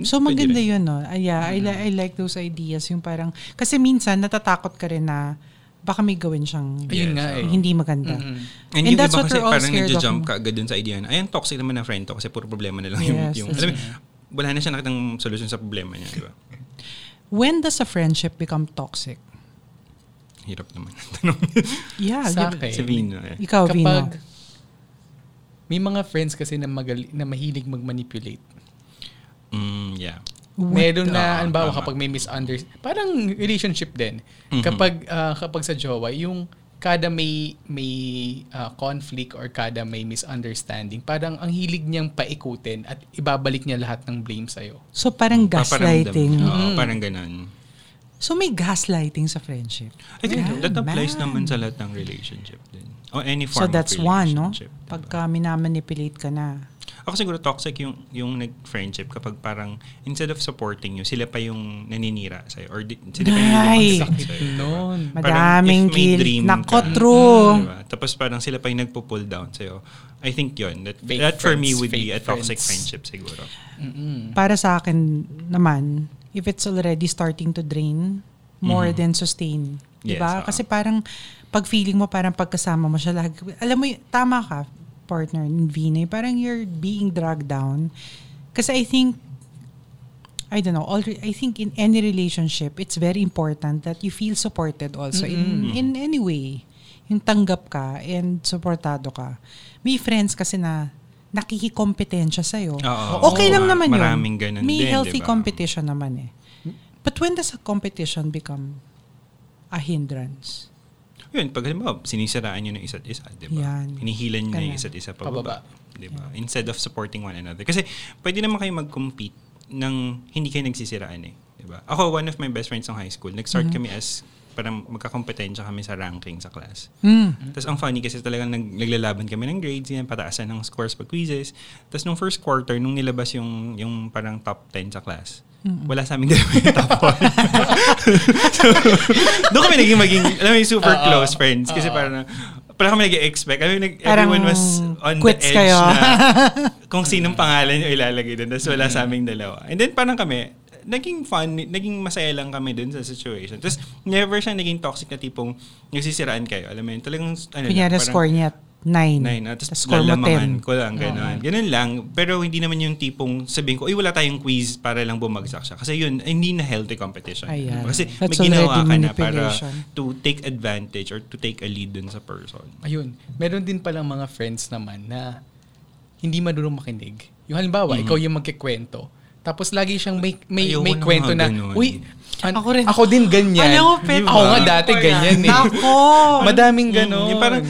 [SPEAKER 2] So
[SPEAKER 3] Pwede
[SPEAKER 2] maganda
[SPEAKER 3] rin. Mm-hmm.
[SPEAKER 2] yun, no? Ah, yeah, I, li- I like those ideas. Yung parang, kasi minsan natatakot ka rin na baka may gawin siyang
[SPEAKER 4] Ayun nga eh.
[SPEAKER 2] hindi maganda.
[SPEAKER 3] Mm-hmm. And,
[SPEAKER 2] And
[SPEAKER 3] yung
[SPEAKER 2] that's
[SPEAKER 3] iba
[SPEAKER 2] what
[SPEAKER 3] kasi
[SPEAKER 2] we're all
[SPEAKER 3] parang
[SPEAKER 2] scared of.
[SPEAKER 3] nagja-jump ka agad dun sa idea na, ayan, toxic naman na friend to kasi puro problema na lang yung,
[SPEAKER 2] Yes,
[SPEAKER 3] yung
[SPEAKER 2] that's
[SPEAKER 3] alam mo, wala na siya nakitang solution sa problema niya, di ba?
[SPEAKER 2] When does a friendship become toxic?
[SPEAKER 3] Hirap naman ang tanong.
[SPEAKER 2] Yeah.
[SPEAKER 4] Sa
[SPEAKER 2] give-
[SPEAKER 4] akin,
[SPEAKER 3] si Vino eh.
[SPEAKER 2] Ikaw, Vino.
[SPEAKER 4] kapag may mga friends kasi na, magali- na mahilig mag-manipulate.
[SPEAKER 3] Mm, yeah.
[SPEAKER 4] Meron
[SPEAKER 3] Ah,
[SPEAKER 4] na, halimbawa,
[SPEAKER 3] tama.
[SPEAKER 4] kapag may misunderstanding, parang relationship din. Kapag ah, kapag sa jowa, yung kada may may ah, conflict or kada may misunderstanding, parang ang hilig niyang paikutin at ibabalik niya lahat ng blame sa'yo.
[SPEAKER 2] So parang gaslighting.
[SPEAKER 3] Oo, parang ganun.
[SPEAKER 2] So may gaslighting sa friendship.
[SPEAKER 3] I think
[SPEAKER 2] Yeah,
[SPEAKER 3] that applies
[SPEAKER 2] man.
[SPEAKER 3] naman sa lahat ng relationship din. O any
[SPEAKER 2] So
[SPEAKER 3] form
[SPEAKER 2] that's
[SPEAKER 3] of
[SPEAKER 2] one, no?
[SPEAKER 3] relationship. diba? di ba?
[SPEAKER 2] Pagka minamanipulate ka na.
[SPEAKER 3] Ako siguro toxic yung yung nag-friendship kapag parang instead of supporting you, sila pa yung naninira sa'yo or di, sila pa yung
[SPEAKER 2] Ay!
[SPEAKER 3] lumagsak sa'yo. di ba?
[SPEAKER 4] Noon.
[SPEAKER 3] Parang
[SPEAKER 2] Madaming
[SPEAKER 3] if may
[SPEAKER 2] guilt.
[SPEAKER 3] dream
[SPEAKER 2] Nako,
[SPEAKER 3] ka,
[SPEAKER 2] true.
[SPEAKER 3] di ba? Tapos parang sila pa yung nagpo-pull down sa'yo. I think yun. That,
[SPEAKER 4] Fake
[SPEAKER 3] that for me
[SPEAKER 4] friends,
[SPEAKER 3] would be a
[SPEAKER 4] fake
[SPEAKER 3] toxic
[SPEAKER 4] friends.
[SPEAKER 3] friendship siguro.
[SPEAKER 2] Para sa akin naman, if it's already starting to drain, more than sustain.
[SPEAKER 3] Yes,
[SPEAKER 2] Diba?
[SPEAKER 3] oo.
[SPEAKER 2] Kasi parang pag feeling mo parang pagkasama mo siya lagi. Alam mo, y- tama ka, partner, Vinay. Parang you're being dragged down. Kasi I think, I don't know, all re- I think in any relationship, it's very important that you feel supported also in in any way. Yung tanggap ka and supportado ka. May friends kasi na nakikikompetensya sa'yo.
[SPEAKER 3] Ah, Oo.
[SPEAKER 2] okay lang
[SPEAKER 3] Oo,
[SPEAKER 2] naman yun.
[SPEAKER 3] maraming ganun
[SPEAKER 2] May
[SPEAKER 3] din,
[SPEAKER 2] healthy
[SPEAKER 3] diba?
[SPEAKER 2] competition naman eh. But when does a competition become a hindrance?
[SPEAKER 3] Yun, pag halimbawa, sinisiraan nyo ng isa't isa, di ba?
[SPEAKER 2] Yan.
[SPEAKER 3] Hinihilan nyo ng
[SPEAKER 2] Ganun.
[SPEAKER 3] isa't isa
[SPEAKER 4] Pababa.
[SPEAKER 3] pababa. Di ba? Instead of supporting one another. Kasi pwede naman kayo mag-compete nang hindi kayo nagsisiraan eh. Di ba? Ako, one of my best friends ng high school, nag-start kami as parang magkakompetensya kami sa ranking sa class.
[SPEAKER 2] Mm.
[SPEAKER 3] Tapos ang funny kasi talagang nag, naglalaban kami ng grades, yan, pataasan ng scores pag quizzes. Tapos nung first quarter, nung nilabas yung, yung parang top 10 sa class, wala sa aming dalawa yung top 1. Doon kami naging maging, alam mo yung super close friends. Kasi parang, parang kami nag-expect. Alam mo, nag,
[SPEAKER 2] Parang
[SPEAKER 3] everyone was on the
[SPEAKER 2] quits
[SPEAKER 3] edge
[SPEAKER 2] kayo.
[SPEAKER 3] na kung sinong pangalan yung ilalagay doon. Tapos wala
[SPEAKER 2] Mm-hmm.
[SPEAKER 3] sa aming dalawa. And then parang kami, naging fun, naging masaya lang kami doon sa situation. Tapos never siya naging toxic na tipong nagsisiraan kayo. Alam mo yun, talagang ano lang,
[SPEAKER 2] Kunyari,
[SPEAKER 3] parang-
[SPEAKER 2] score niya 9.
[SPEAKER 3] Nine. Ah, tapos
[SPEAKER 2] Tapos score mo
[SPEAKER 3] lalamangan
[SPEAKER 2] 10.
[SPEAKER 3] ko lang, gano'n. Ganun lang. Pero hindi naman yung tipong sabihin ko, ay wala tayong quiz para lang bumagsak siya. Kasi yun, eh, hindi na healthy competition.
[SPEAKER 2] Ayan.
[SPEAKER 3] Kasi
[SPEAKER 2] That's
[SPEAKER 3] may
[SPEAKER 2] already
[SPEAKER 3] ginawa ka na para
[SPEAKER 2] manipulation.
[SPEAKER 3] to take advantage or to take a lead dun sa person.
[SPEAKER 4] Ayun. Meron din palang mga friends naman na hindi marunong makinig. Yung halimbawa, ikaw yung magkikwento. Tapos lagi siyang may may,
[SPEAKER 3] Ayoko
[SPEAKER 4] may
[SPEAKER 3] ng
[SPEAKER 4] kwento
[SPEAKER 3] mga
[SPEAKER 4] na,
[SPEAKER 3] ganun.
[SPEAKER 4] uy, an-
[SPEAKER 2] Ako rin.
[SPEAKER 4] ako din ganyan.
[SPEAKER 2] Alam mo, Pet,
[SPEAKER 4] ako nga
[SPEAKER 2] Diba?
[SPEAKER 4] dati ganyan eh.
[SPEAKER 2] Nako!
[SPEAKER 4] Madaming
[SPEAKER 3] Mm,
[SPEAKER 4] ganon.
[SPEAKER 3] Yung parang,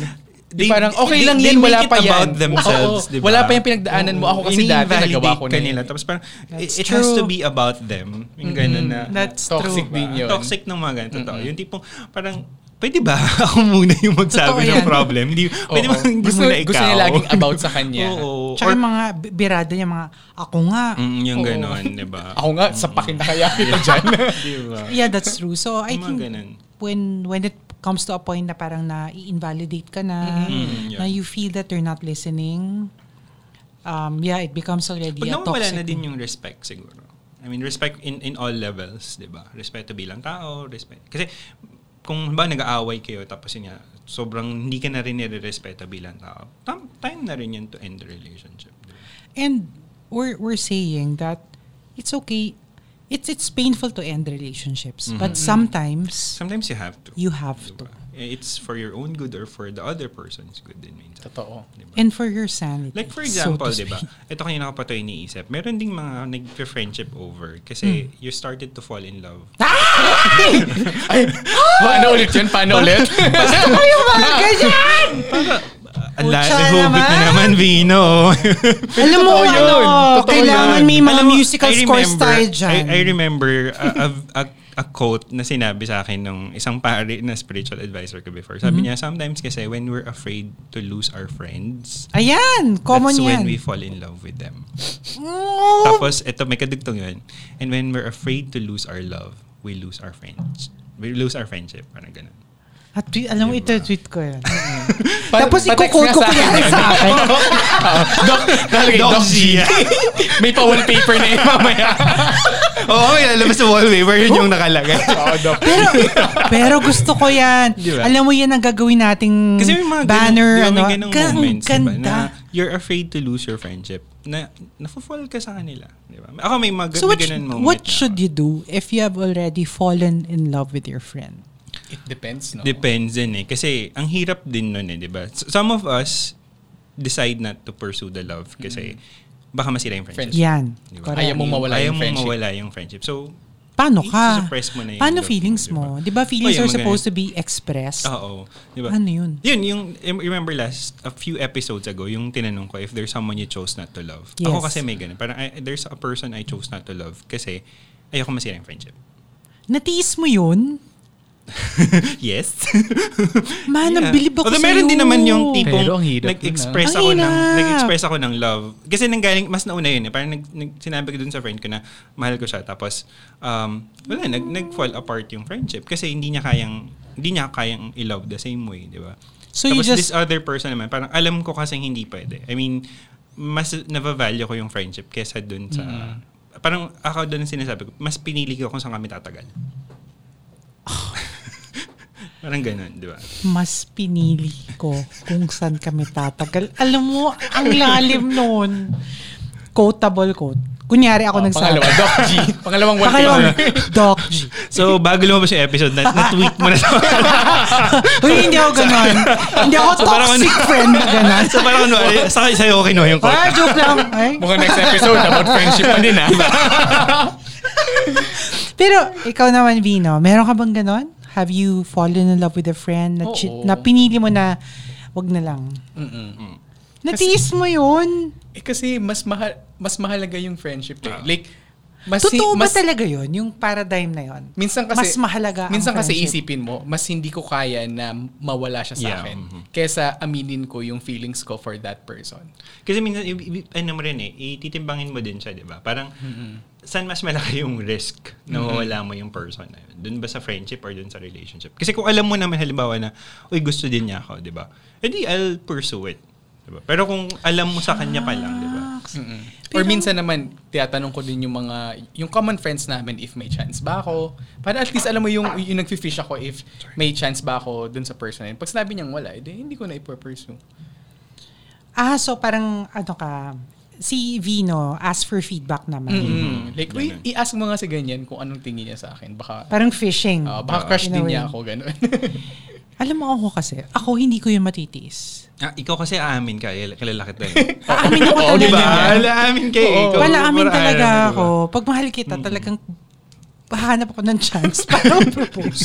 [SPEAKER 4] Yung parang okay lang
[SPEAKER 3] they
[SPEAKER 4] yan, wala
[SPEAKER 3] make it
[SPEAKER 4] pa yan.
[SPEAKER 3] about themselves,
[SPEAKER 4] Oo,
[SPEAKER 3] di ba?
[SPEAKER 4] Wala pa yung pinagdaanan mo. Ako kasi dati
[SPEAKER 3] Ini-invalidate
[SPEAKER 4] nagawa ko na
[SPEAKER 3] ka
[SPEAKER 4] yun.
[SPEAKER 3] nila. Tapos parang, it,
[SPEAKER 2] That's
[SPEAKER 3] it has to
[SPEAKER 2] true.
[SPEAKER 3] be about them. Yung ganun na.
[SPEAKER 2] That's
[SPEAKER 4] Toxic
[SPEAKER 2] true.
[SPEAKER 4] din yun.
[SPEAKER 3] Toxic ng mga ganito. tao. Yung tipong, parang, pwede ba ako muna yung magsabi
[SPEAKER 2] Totoo yan.
[SPEAKER 3] ng problem? Hindi, pwede
[SPEAKER 4] Oo.
[SPEAKER 3] ba hindi
[SPEAKER 4] Gusto-
[SPEAKER 3] muna ikaw?
[SPEAKER 4] gusto niya laging about sa kanya.
[SPEAKER 3] Oo.
[SPEAKER 2] Tsaka
[SPEAKER 3] Or,
[SPEAKER 2] yung mga bi- birada niya, mga ako nga.
[SPEAKER 3] Mm, yung
[SPEAKER 4] Oo.
[SPEAKER 3] ganun, di ba?
[SPEAKER 4] Ako nga, sapakin na kaya kita dyan.
[SPEAKER 3] Di ba?
[SPEAKER 2] Yeah, that's true. So, I
[SPEAKER 3] Yung mga
[SPEAKER 2] think
[SPEAKER 3] ganun.
[SPEAKER 2] when when it comes to a point na parang na-invalidate ka na,
[SPEAKER 3] Mhm.
[SPEAKER 2] na
[SPEAKER 3] Yeah.
[SPEAKER 2] you feel that they're not listening, um, yeah, it becomes already
[SPEAKER 3] Pag
[SPEAKER 2] a
[SPEAKER 3] nawawala
[SPEAKER 2] toxic.
[SPEAKER 3] na din yung respect siguro. I mean, respect in in all levels, di ba? Respeto bilang tao, respect. Kasi kung ba nag-aaway kayo tapos yun nga, sobrang hindi ka na rin nire-respeto bilang tao, tam- time na rin yun to end the relationship. di ba?
[SPEAKER 2] And we're we're saying that it's okay. It's it's painful to end relationships, but sometimes
[SPEAKER 3] Sometimes you have to.
[SPEAKER 2] you have
[SPEAKER 3] di
[SPEAKER 2] to.
[SPEAKER 3] ba? Eh, It's for your own good or for the other person's good din minsan.
[SPEAKER 4] Totoo.
[SPEAKER 3] Di ba?
[SPEAKER 2] And for your sanity.
[SPEAKER 3] Like for
[SPEAKER 2] so to
[SPEAKER 3] example, diba? di ba?
[SPEAKER 2] speak.
[SPEAKER 3] Ito kanina ko pa ito iniisip. Meron ding mga nag-friendship over kasi
[SPEAKER 2] Hmm.
[SPEAKER 3] you started to fall in love.
[SPEAKER 2] Ah,
[SPEAKER 4] Paano ulit yun? Paano ulit?
[SPEAKER 2] Yung mga ganyan!
[SPEAKER 3] Ang lahat
[SPEAKER 2] Putsa
[SPEAKER 3] hubit na
[SPEAKER 2] naman!
[SPEAKER 3] naman, Vino.
[SPEAKER 2] Alam mo,
[SPEAKER 4] Totoo
[SPEAKER 2] ano,
[SPEAKER 4] yun. Totoo
[SPEAKER 2] kailangan
[SPEAKER 4] yun.
[SPEAKER 2] may mga
[SPEAKER 3] Alam mo,
[SPEAKER 2] musical
[SPEAKER 3] I
[SPEAKER 2] scores
[SPEAKER 3] remember-
[SPEAKER 2] tayo dyan.
[SPEAKER 3] I, I remember a, a- a- a quote na sinabi sa akin ng isang pari na spiritual advisor ko before.
[SPEAKER 2] Mhm.
[SPEAKER 3] Sabi niya, sometimes kasi when we're afraid to lose our friends,
[SPEAKER 2] Ayan, common
[SPEAKER 3] that's
[SPEAKER 2] yan.
[SPEAKER 3] when we fall in love with them.
[SPEAKER 2] Mm.
[SPEAKER 3] Tapos, ito, may kadugtong yun. And when we're afraid to lose our love, we lose our friends. We lose our friendship. Parang ganun.
[SPEAKER 2] At twe- alam mo,
[SPEAKER 3] Diba?
[SPEAKER 2] ito-tweet ko yan.
[SPEAKER 4] Pa-
[SPEAKER 2] Tapos
[SPEAKER 4] pa-text
[SPEAKER 2] ikukote
[SPEAKER 4] nga
[SPEAKER 2] ko
[SPEAKER 4] sa akin.
[SPEAKER 2] kunyari sa akin.
[SPEAKER 4] Doc, talaga,
[SPEAKER 3] Dog
[SPEAKER 4] Doc G.
[SPEAKER 3] Gia.
[SPEAKER 4] May pa-wallpaper na yun mamaya.
[SPEAKER 3] Oo, may lalabas sa wallpaper. Yun
[SPEAKER 2] Oh.
[SPEAKER 3] yung nakalagay.
[SPEAKER 4] Oo, Doc.
[SPEAKER 2] Pero, pero gusto ko yan.
[SPEAKER 3] Diba?
[SPEAKER 2] Alam mo yan ang gagawin nating
[SPEAKER 3] Kasi may mga
[SPEAKER 2] Mm. banner.
[SPEAKER 3] ganun, di ba, may
[SPEAKER 2] ano,
[SPEAKER 3] ganung
[SPEAKER 2] Gan-
[SPEAKER 3] moments, di ba,
[SPEAKER 2] ganda.
[SPEAKER 3] na you're afraid to lose your friendship. Na, nafo-fall ka sa kanila. Di ba? Ako may mga
[SPEAKER 2] So what,
[SPEAKER 3] may ganun moment
[SPEAKER 2] what
[SPEAKER 3] na
[SPEAKER 2] should
[SPEAKER 3] ako.
[SPEAKER 2] you do if you have already fallen in love with your friend?
[SPEAKER 4] It depends, no?
[SPEAKER 3] Depends din eh. Kasi ang hirap din nun eh, di ba? S- Some of us decide not to pursue the love kasi
[SPEAKER 2] Mm.
[SPEAKER 3] baka masira yung friendship.
[SPEAKER 4] Friendship.
[SPEAKER 2] Yan.
[SPEAKER 3] Di ba?
[SPEAKER 2] Correct.
[SPEAKER 4] Ayaw mong mawala
[SPEAKER 3] Ayaw
[SPEAKER 4] yung
[SPEAKER 3] mong
[SPEAKER 4] friendship.
[SPEAKER 3] mawala yung friendship. So,
[SPEAKER 2] Paano ka?
[SPEAKER 3] I-suppress mo na yung
[SPEAKER 2] Paano
[SPEAKER 3] love
[SPEAKER 2] feelings
[SPEAKER 3] mo,
[SPEAKER 2] mo?
[SPEAKER 3] diba?
[SPEAKER 2] Di ba feelings
[SPEAKER 3] Oh, yun,
[SPEAKER 2] are
[SPEAKER 3] mga
[SPEAKER 2] supposed to be expressed?
[SPEAKER 3] oo. Di ba?
[SPEAKER 2] Ano yun?
[SPEAKER 3] Yun, yung, em- remember last, a few episodes ago, yung tinanong ko if there's someone you chose not to love.
[SPEAKER 2] Yes.
[SPEAKER 3] Ako kasi may ganun. Parang I- there's a person I chose not to love kasi ayoko masira yung friendship.
[SPEAKER 2] Natiis mo yun?
[SPEAKER 3] yes.
[SPEAKER 2] Man,
[SPEAKER 3] Yeah.
[SPEAKER 2] nabilib ako
[SPEAKER 3] Although
[SPEAKER 2] sa'yo.
[SPEAKER 3] meron din naman yung tipong
[SPEAKER 4] Pero ang hirap
[SPEAKER 2] nun,
[SPEAKER 3] nag-express
[SPEAKER 2] ah.
[SPEAKER 3] ako
[SPEAKER 2] Ang
[SPEAKER 3] ng
[SPEAKER 2] hirap.
[SPEAKER 3] nag-express ako ng love. Kasi nanggaling mas nauna yun eh. Parang nag, nag- sinabi ko dun sa friend ko na mahal ko siya tapos um wala nag nag-fall apart yung friendship kasi hindi niya kayang hindi niya kayang i-love the same way, di ba?
[SPEAKER 2] So you
[SPEAKER 3] tapos
[SPEAKER 2] just-
[SPEAKER 3] this other person naman, parang alam ko kasi hindi pwede. I mean, mas navavalue ko yung friendship kesa dun sa
[SPEAKER 4] Mm-hmm.
[SPEAKER 3] parang ako doon ang sinasabi ko, mas pinili ko kung saan kami tatagal. parang ganun, di ba?
[SPEAKER 2] Mas pinili ko kung saan kami tatagal. Alam mo, ang lalim noon. Quotable quote. Kunyari ako
[SPEAKER 4] Oh,
[SPEAKER 2] nagsabi.
[SPEAKER 4] pangalawa, Doc G. Pangalawang
[SPEAKER 2] Pangalawang,
[SPEAKER 4] wallpaper.
[SPEAKER 2] Doc G.
[SPEAKER 3] So, bago lumabas yung episode, na- na-tweet mo na to.
[SPEAKER 2] Uy, hindi ako ganun. hindi ako
[SPEAKER 3] So, parang
[SPEAKER 2] toxic
[SPEAKER 3] ano-
[SPEAKER 2] friend na ganun.
[SPEAKER 3] so, parang kunwari, sa sa'yo okay no yung
[SPEAKER 2] Ah,
[SPEAKER 3] quote.
[SPEAKER 2] joke lang. Ay.
[SPEAKER 4] Mukhang next episode about friendship pa din, ah.
[SPEAKER 3] Diba?
[SPEAKER 2] Pero ikaw naman, Vino, meron ka bang ganun? Have you fallen in love with a friend na,
[SPEAKER 4] Oo.
[SPEAKER 2] chi- na pinili mo na wag na lang? Natiis mo yun?
[SPEAKER 4] Eh kasi mas mahal mas mahalaga yung friendship eh.
[SPEAKER 3] Ah.
[SPEAKER 4] Like mas
[SPEAKER 2] Totoo
[SPEAKER 4] mas,
[SPEAKER 2] ba talaga yun? Yung paradigm na yun?
[SPEAKER 4] Minsan kasi
[SPEAKER 2] Mas mahalaga ang
[SPEAKER 4] Minsan kasi
[SPEAKER 2] friendship.
[SPEAKER 4] isipin mo, mas hindi ko kaya na mawala siya sa
[SPEAKER 3] Yeah,
[SPEAKER 4] akin
[SPEAKER 3] mhm.
[SPEAKER 4] kesa aminin ko yung feelings ko for that person.
[SPEAKER 3] Kasi minsan, i- i- ano mo rin eh, ititimbangin mo din siya, di ba? Parang, saan mas malaki yung risk na mawala mo yung person na yun? Doon ba sa friendship or doon sa relationship? Kasi kung alam mo naman halimbawa na, uy, gusto din niya ako, di ba? Eh di, I'll pursue it. Di ba? Pero kung alam mo sa kanya pa lang, diba? di ba?
[SPEAKER 4] Or minsan naman tinatanong ko din yung mga yung common friends namin if may chance ba ako. Para at least alam mo yung yung nagfi-fish ako if may chance ba ako dun sa person. na yun. Pag sinabi niyang wala, edi hindi ko na ipo-pursue.
[SPEAKER 2] Ah, so parang ano ka, si Vino ask for feedback naman.
[SPEAKER 4] Mm. Like, uy,
[SPEAKER 3] Mm-hmm. Ganun.
[SPEAKER 4] i-ask mo nga si ganyan kung anong tingin niya sa akin. Baka
[SPEAKER 2] Parang fishing.
[SPEAKER 4] ah, baka crush
[SPEAKER 2] In a
[SPEAKER 4] din
[SPEAKER 2] way.
[SPEAKER 4] niya ako ganun.
[SPEAKER 2] Alam mo ako kasi, ako hindi ko yun matitiis.
[SPEAKER 3] Ah, ikaw kasi aamin ka, eh, kilala kita. eh.
[SPEAKER 4] Oh.
[SPEAKER 2] Aamin ako
[SPEAKER 3] Oo,
[SPEAKER 2] talaga.
[SPEAKER 3] diba? di ba? Alaamin ka eh.
[SPEAKER 4] Oo.
[SPEAKER 3] ikaw. diba?
[SPEAKER 2] Wala, amin
[SPEAKER 3] Parang
[SPEAKER 2] talaga
[SPEAKER 3] ayaw mo, di ba?
[SPEAKER 2] ako. Pag mahal kita, talagang hahanap ako ng chance para propose.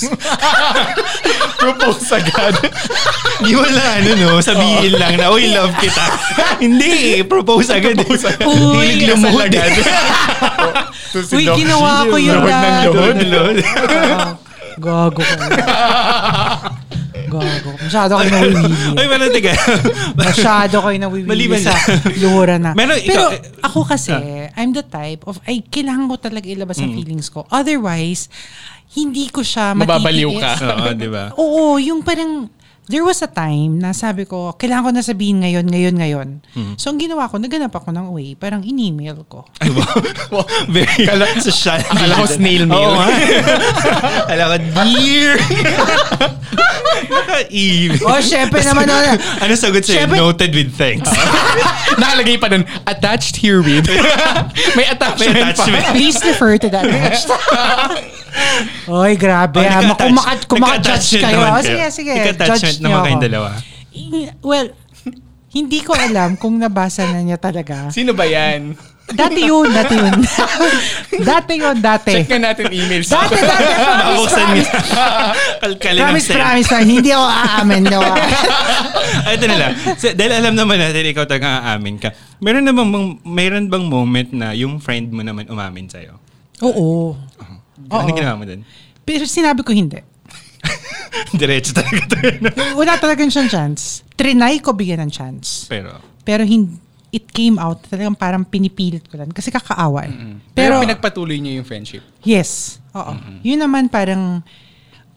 [SPEAKER 4] Propose agad.
[SPEAKER 3] Di wala, ano no, sabihin lang na, uy, love kita. Hindi, eh, propose agad. Propose agad.
[SPEAKER 2] Uy,
[SPEAKER 3] Hilig lumuhod. eh.
[SPEAKER 4] agad.
[SPEAKER 3] So,
[SPEAKER 2] Uy,
[SPEAKER 3] Doc
[SPEAKER 2] ginawa
[SPEAKER 3] G,
[SPEAKER 2] ko yun ah.
[SPEAKER 3] Lord ng
[SPEAKER 2] dati.
[SPEAKER 3] Lord, Lord.
[SPEAKER 2] Oo. Gago ka. Gago. Masyado kayo nawiwili.
[SPEAKER 3] Uy, wala, teka.
[SPEAKER 2] Masyado kayo nawiwili
[SPEAKER 3] Maliban
[SPEAKER 2] sa
[SPEAKER 3] na-
[SPEAKER 2] luhura na.
[SPEAKER 3] Meron,
[SPEAKER 2] Pero
[SPEAKER 3] ikaw, eh, ah.
[SPEAKER 2] ako kasi, I'm the type of, ay, kailangan ko talaga ilabas
[SPEAKER 3] Mm.
[SPEAKER 2] ang feelings ko. Otherwise, hindi ko siya
[SPEAKER 4] Mababaliw ka.
[SPEAKER 2] matitiis.
[SPEAKER 5] Oo, di ba?
[SPEAKER 2] Oo, yung parang, there was a time na sabi ko, kailangan ko na sabihin ngayon, ngayon, ngayon.
[SPEAKER 3] Mm-hmm.
[SPEAKER 2] So, ang ginawa ko, naganap ako ng way, parang in-email ko.
[SPEAKER 3] Ay, wow. Very social.
[SPEAKER 4] akala ko snail mail.
[SPEAKER 3] Oo, nga. Akala ko, dear. Naka-eve.
[SPEAKER 2] Oh, syempre naman, ano-
[SPEAKER 3] ano sagot sa'yo?
[SPEAKER 2] Syempre-
[SPEAKER 3] Noted with thanks.
[SPEAKER 4] Nakalagay pa nun, attached herewith. May attachment,
[SPEAKER 3] May attachment.
[SPEAKER 2] Please refer to that next. Oy, grabe.
[SPEAKER 3] Oh,
[SPEAKER 2] ah.
[SPEAKER 3] nagka-attach-
[SPEAKER 2] Kumakat, kumakat-judge
[SPEAKER 3] naka-attachment
[SPEAKER 2] kayo.
[SPEAKER 3] naman
[SPEAKER 2] Oh, sige, sige.
[SPEAKER 3] Naka-attachment
[SPEAKER 2] Judge
[SPEAKER 3] naman
[SPEAKER 2] niyo
[SPEAKER 3] kayong
[SPEAKER 2] ako.
[SPEAKER 3] dalawa.
[SPEAKER 2] I- Well, hindi ko alam kung nabasa na niya talaga.
[SPEAKER 4] Sino ba yan?
[SPEAKER 2] Dati yun, dati yun. dati yun, dati.
[SPEAKER 4] Check na natin emails.
[SPEAKER 2] Dati, dati, promise,
[SPEAKER 3] Mabuksan niya.
[SPEAKER 2] promise.
[SPEAKER 3] Kalkalin ang
[SPEAKER 2] Promise,
[SPEAKER 3] sale.
[SPEAKER 2] promise, ah, hindi ako aamin. No, ah.
[SPEAKER 3] Ay, Ito na lang. So, dahil alam naman natin, ikaw talaga aamin ka. Meron na bang, meron bang moment na yung friend mo naman umamin sa'yo?
[SPEAKER 2] Oo. Oo.
[SPEAKER 3] Ano ginawa mo dun?
[SPEAKER 2] Pero sinabi ko hindi.
[SPEAKER 3] Diretso talaga tayo. na.
[SPEAKER 2] Wala talagang siyang chance. Trinay ko bigyan ng chance.
[SPEAKER 3] Pero,
[SPEAKER 2] Pero hindi it came out talagang parang pinipilit ko lang kasi kakaawa eh. Pero,
[SPEAKER 4] Pero, pinagpatuloy niyo yung friendship.
[SPEAKER 2] yes. Oo. Yun naman parang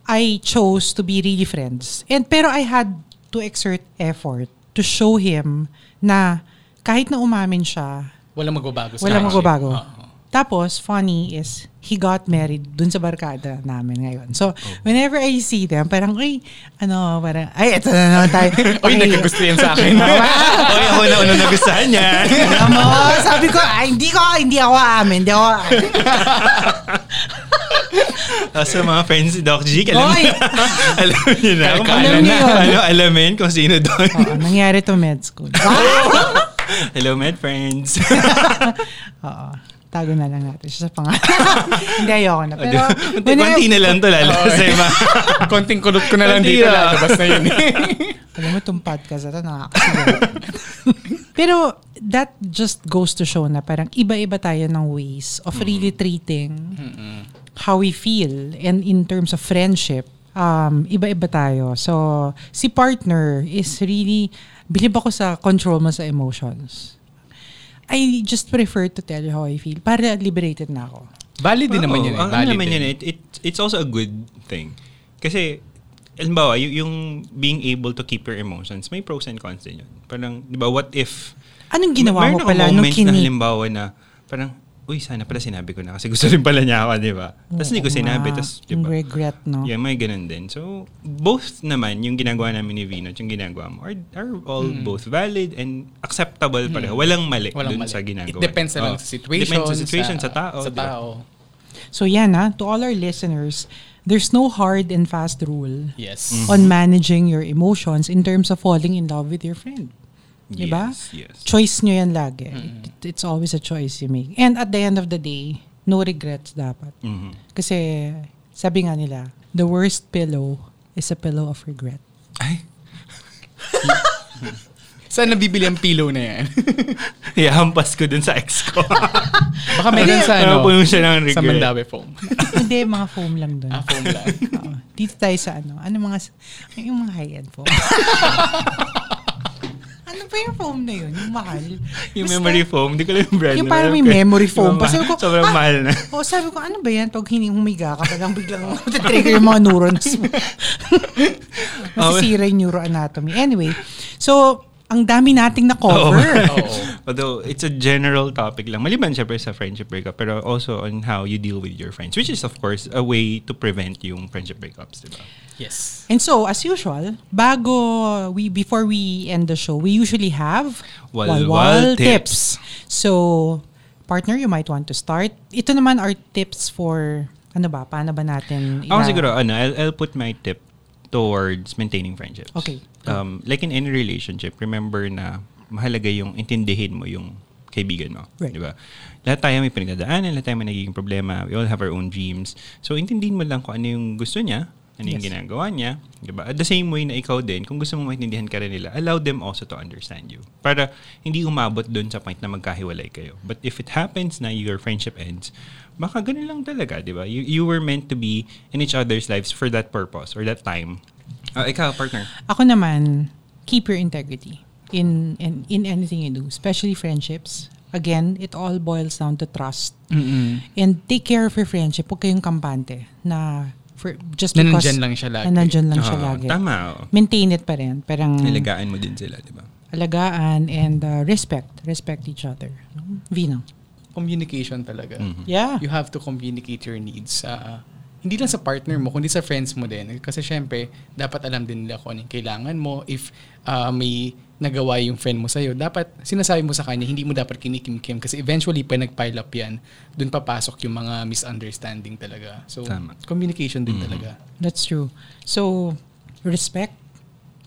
[SPEAKER 2] I chose to be really friends. And pero I had to exert effort to show him na kahit na umamin siya,
[SPEAKER 4] Walang magbabago sa Ah.
[SPEAKER 2] walang
[SPEAKER 4] friendship.
[SPEAKER 2] magbabago.
[SPEAKER 4] Oo.
[SPEAKER 2] Tapos, funny is, he got married dun sa barkada namin ngayon. So,
[SPEAKER 4] Oh.
[SPEAKER 2] whenever I see them, parang, uy, ano, parang, ay, eto na naman tayo.
[SPEAKER 4] Uy,
[SPEAKER 2] Ay,
[SPEAKER 4] nagkagusto yan sa akin.
[SPEAKER 3] oy, ako na unang nagustuhan niya.
[SPEAKER 2] Alam mo, sabi ko, ay, hindi ko, hindi ako aamin, hindi ako aamin.
[SPEAKER 3] Ah, Sa mga friends ni Doc G, alam,
[SPEAKER 2] Hoy!
[SPEAKER 3] alam niyo na. Kung
[SPEAKER 4] Kalkalan
[SPEAKER 3] paano-
[SPEAKER 2] na yun.
[SPEAKER 3] Ano, alamin kung sino doon.
[SPEAKER 2] Oo, nangyari to med school.
[SPEAKER 3] Hello, med friends.
[SPEAKER 2] Oo. Tago na lang natin siya sa pangalan. hindi, ayoko na. Pero,
[SPEAKER 3] Kunti na lang to, lalo
[SPEAKER 4] Oo, eh.
[SPEAKER 3] sa iba.
[SPEAKER 4] Konting kulot ko na lang
[SPEAKER 3] Konti
[SPEAKER 4] dito.
[SPEAKER 3] lang.
[SPEAKER 4] Lalabas na yun.
[SPEAKER 2] alam mo, itong podcast na to, nakakasigaw. Pero, that just goes to show na parang iba-iba tayo ng ways of really treating how we feel and in terms of friendship, um, iba-iba tayo. So, si partner is really, bilib ako sa control mo sa emotions. I just prefer to tell you how I feel para liberated na ako.
[SPEAKER 4] Valid din naman
[SPEAKER 3] Oo,
[SPEAKER 4] yun. Eh.
[SPEAKER 3] ang-
[SPEAKER 4] Valid
[SPEAKER 3] Ano naman
[SPEAKER 4] din.
[SPEAKER 3] yun eh. It, it, it's also a good thing. Kasi, alimbawa, y- yung being able to keep your emotions, may pros and cons din yun. Parang, di ba, what if...
[SPEAKER 2] Anong ginawa
[SPEAKER 3] Mer-
[SPEAKER 2] mo
[SPEAKER 3] meron
[SPEAKER 2] pala
[SPEAKER 3] akong
[SPEAKER 2] nung
[SPEAKER 3] moment na
[SPEAKER 2] kini...
[SPEAKER 3] halimbawa na, parang, uy, sana pala sinabi ko na kasi gusto rin pala niya ako, di ba? Tapos hindi ko
[SPEAKER 2] Oo
[SPEAKER 3] sinabi,
[SPEAKER 2] nga.
[SPEAKER 3] tapos, di
[SPEAKER 2] Yung
[SPEAKER 3] ba?
[SPEAKER 2] regret, no?
[SPEAKER 3] Yeah, may ganun din. So, both naman, yung ginagawa namin ni Vino at yung ginagawa mo, are, are all both valid and acceptable pareho. Walang mali
[SPEAKER 4] Mm. Walang
[SPEAKER 3] dun
[SPEAKER 4] mali.
[SPEAKER 3] sa ginagawa.
[SPEAKER 4] It depends na lang
[SPEAKER 3] Oo.
[SPEAKER 4] sa situation.
[SPEAKER 3] Depends sa situation, sa, tao.
[SPEAKER 4] Sa
[SPEAKER 3] di ba?
[SPEAKER 4] tao.
[SPEAKER 2] So yan ha, to all our listeners, there's no hard and fast rule
[SPEAKER 4] Yes.
[SPEAKER 3] Mm-hmm.
[SPEAKER 2] on managing your emotions in terms of falling in love with your friend.
[SPEAKER 3] Yes,
[SPEAKER 2] Diba?
[SPEAKER 3] yes. Mm-hmm.
[SPEAKER 2] Choice nyo yan lagi. It- It's always a choice you make. And at the end of the day, no regrets dapat.
[SPEAKER 3] Mm-hmm.
[SPEAKER 2] Kasi sabi nga nila, the worst pillow is a pillow of regret.
[SPEAKER 4] Saan nabibili ang pillow na yan?
[SPEAKER 3] Ihampas ko dun sa ex ko.
[SPEAKER 2] Ano
[SPEAKER 4] Baka meron sa ano.
[SPEAKER 3] Napuno siya ng
[SPEAKER 4] Sa
[SPEAKER 3] regret.
[SPEAKER 4] Mandawe foam.
[SPEAKER 2] Hindi, mga foam lang dun.
[SPEAKER 4] Ah, foam lang.
[SPEAKER 2] Oo. Dito tayo sa ano. Ano mga, s- ay, yung mga high-end foam. ano ba yung foam na yun? Yung mahal.
[SPEAKER 3] Yung
[SPEAKER 2] Basta-
[SPEAKER 3] memory foam, hindi ko alam yung brand.
[SPEAKER 2] Yung
[SPEAKER 3] na,
[SPEAKER 2] parang may
[SPEAKER 3] pero-
[SPEAKER 2] memory foam.
[SPEAKER 3] Yung mga-
[SPEAKER 2] Kasi ko,
[SPEAKER 3] sobrang
[SPEAKER 2] ah!
[SPEAKER 3] mahal na.
[SPEAKER 2] Oo, sabi ko, ano ba yan? Pag hinihumiga ka, parang biglang matitrigger yung mga neurons mo. Masisira yung neuroanatomy. Anyway, so, ang dami nating na-cover.
[SPEAKER 4] Oo.
[SPEAKER 3] Although, it's a general topic lang. Maliban syempre sa friendship breakup, pero also on how you deal with your friends. Which is, of course, a way to prevent yung friendship breakups, di ba?
[SPEAKER 4] Yes.
[SPEAKER 2] And so, as usual, bago we before we end the show, we usually have
[SPEAKER 3] Walwal tips.
[SPEAKER 2] So, partner, you might want to start. Ito naman are tips for ano ba? Paano ba natin?
[SPEAKER 3] Ako
[SPEAKER 2] ila-
[SPEAKER 3] siguro, ano, I'll, I'll put my tip towards maintaining friendships.
[SPEAKER 2] Okay.
[SPEAKER 3] Um, like in any relationship, remember na mahalaga yung intindihin mo yung kaibigan mo.
[SPEAKER 2] Right.
[SPEAKER 3] Di ba? Lahat tayo may pinagdadaanan, lahat tayo may nagiging problema. We all have our own dreams. So, intindihin mo lang kung ano yung gusto niya, ano yung
[SPEAKER 2] Yes.
[SPEAKER 3] ginagawa niya. Di ba? At the same way na ikaw din, kung gusto mo maintindihan ka rin nila, allow them also to understand you. Para hindi umabot doon sa point na magkahiwalay kayo. But if it happens na your friendship ends, baka ganun lang talaga, di ba? You, you were meant to be in each other's lives for that purpose or that time. Ah, ikaw, partner.
[SPEAKER 2] Ako naman, keep your integrity in, in in anything you do, especially friendships. Again, it all boils down to trust. And take care of your friendship. Huwag kayong kampante na for, just
[SPEAKER 4] Na
[SPEAKER 2] because...
[SPEAKER 4] nandyan lang siya lagi.
[SPEAKER 2] Na nandyan lang siya
[SPEAKER 3] Oo,
[SPEAKER 2] lagi.
[SPEAKER 3] Tama. oo.
[SPEAKER 2] Maintain it pa rin. Parang
[SPEAKER 3] Nilagaan mo din sila, di ba?
[SPEAKER 2] alagaan and uh, respect. Respect each other. Vino.
[SPEAKER 4] Communication talaga.
[SPEAKER 3] Mm-hmm.
[SPEAKER 2] Yeah.
[SPEAKER 4] Mm. You have to communicate your needs sa hindi lang sa partner mo, kundi sa friends mo din. Kasi syempre, dapat alam din nila kung anong kailangan mo. If ah, may nagawa yung friend mo sa'yo, dapat sinasabi mo sa kanya, hindi mo dapat kinikim-kim. Kasi eventually, pag nag-pile up yan, dun papasok yung mga misunderstanding talaga. So,
[SPEAKER 3] Tama. Mm-hmm.
[SPEAKER 4] communication din talaga.
[SPEAKER 2] That's true. So, respect,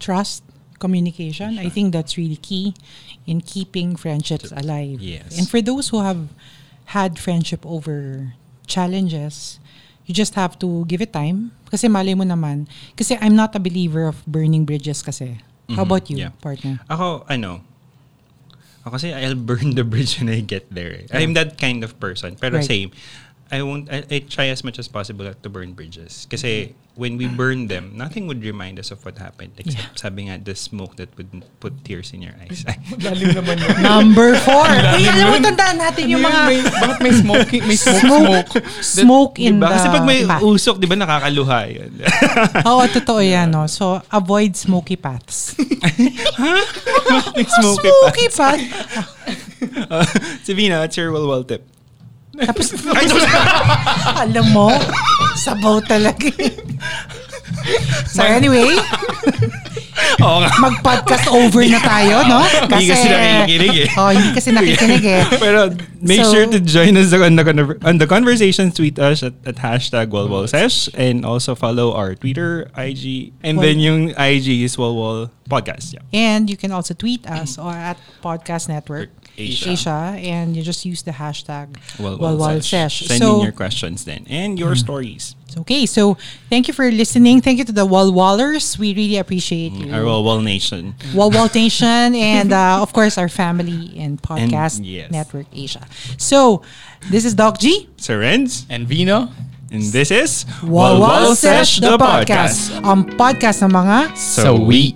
[SPEAKER 2] trust, communication. I think that's really key in keeping friendships alive.
[SPEAKER 3] Yes.
[SPEAKER 2] And for those who have had friendship over challenges, you just have to give it time. Kasi malay mo naman. Kasi I'm not a believer of burning bridges kasi. How about you,
[SPEAKER 3] Mm-hmm. yeah.
[SPEAKER 2] partner?
[SPEAKER 3] Ako, ano, ako kasi I'll burn the bridge when I get there. eh. I'm that kind of person. Pero
[SPEAKER 2] Right.
[SPEAKER 3] same, I won't, I, I try as much as possible not to burn bridges. Kasi when we burn them, nothing would remind us of what happened. Except, sabi nga, the smoke that would put tears in your eyes.
[SPEAKER 4] Lalim naman yun.
[SPEAKER 2] Number four. Uy, alam mo, tandaan natin yung mga
[SPEAKER 4] may, bakit may smoking, may smoke,
[SPEAKER 2] smoke,
[SPEAKER 4] smoke.
[SPEAKER 2] smoke in
[SPEAKER 3] diba?
[SPEAKER 2] the
[SPEAKER 3] Kasi pag may
[SPEAKER 2] path.
[SPEAKER 3] usok, di ba nakakaluha yun?
[SPEAKER 2] Oo, totoo yan. No? So, avoid smoky paths.
[SPEAKER 3] may smoke
[SPEAKER 2] Smoky path.
[SPEAKER 3] Sabina, what's your well-well tip?
[SPEAKER 2] Tapos, alam mo, sabaw talaga. eh. so anyway,
[SPEAKER 3] Oo nga.
[SPEAKER 2] mag-podcast over na tayo, no?
[SPEAKER 3] Hindi kasi nakikinig eh.
[SPEAKER 2] Oh, hindi kasi nakikinig eh.
[SPEAKER 3] Pero make
[SPEAKER 2] So-
[SPEAKER 3] sure to join us on the, conver- on the conversation. Tweet us at, at hashtag WalWalSesh and also follow our Twitter, IG, and then yung IG is WalWal Podcast. Yeah.
[SPEAKER 2] And you can also tweet us or at Podcast Network
[SPEAKER 3] Asia.
[SPEAKER 2] and you just use the hashtag
[SPEAKER 3] Well,
[SPEAKER 2] WalWalSesh.
[SPEAKER 3] Send
[SPEAKER 2] So, Mm.
[SPEAKER 3] in your questions then and your stories.
[SPEAKER 2] okay, so thank you for listening. Thank you to the Walwallers. We really appreciate you.
[SPEAKER 3] Our WalWal Nation.
[SPEAKER 2] Walwal Nation and uh, of course our family in Podcast
[SPEAKER 3] And, yes.
[SPEAKER 2] Network Asia. So this is Doc G.
[SPEAKER 3] So Renz,
[SPEAKER 4] And Vino,
[SPEAKER 3] and this is
[SPEAKER 2] Walwal Sesh the Podcast. Ang podcast ng mga
[SPEAKER 3] So we.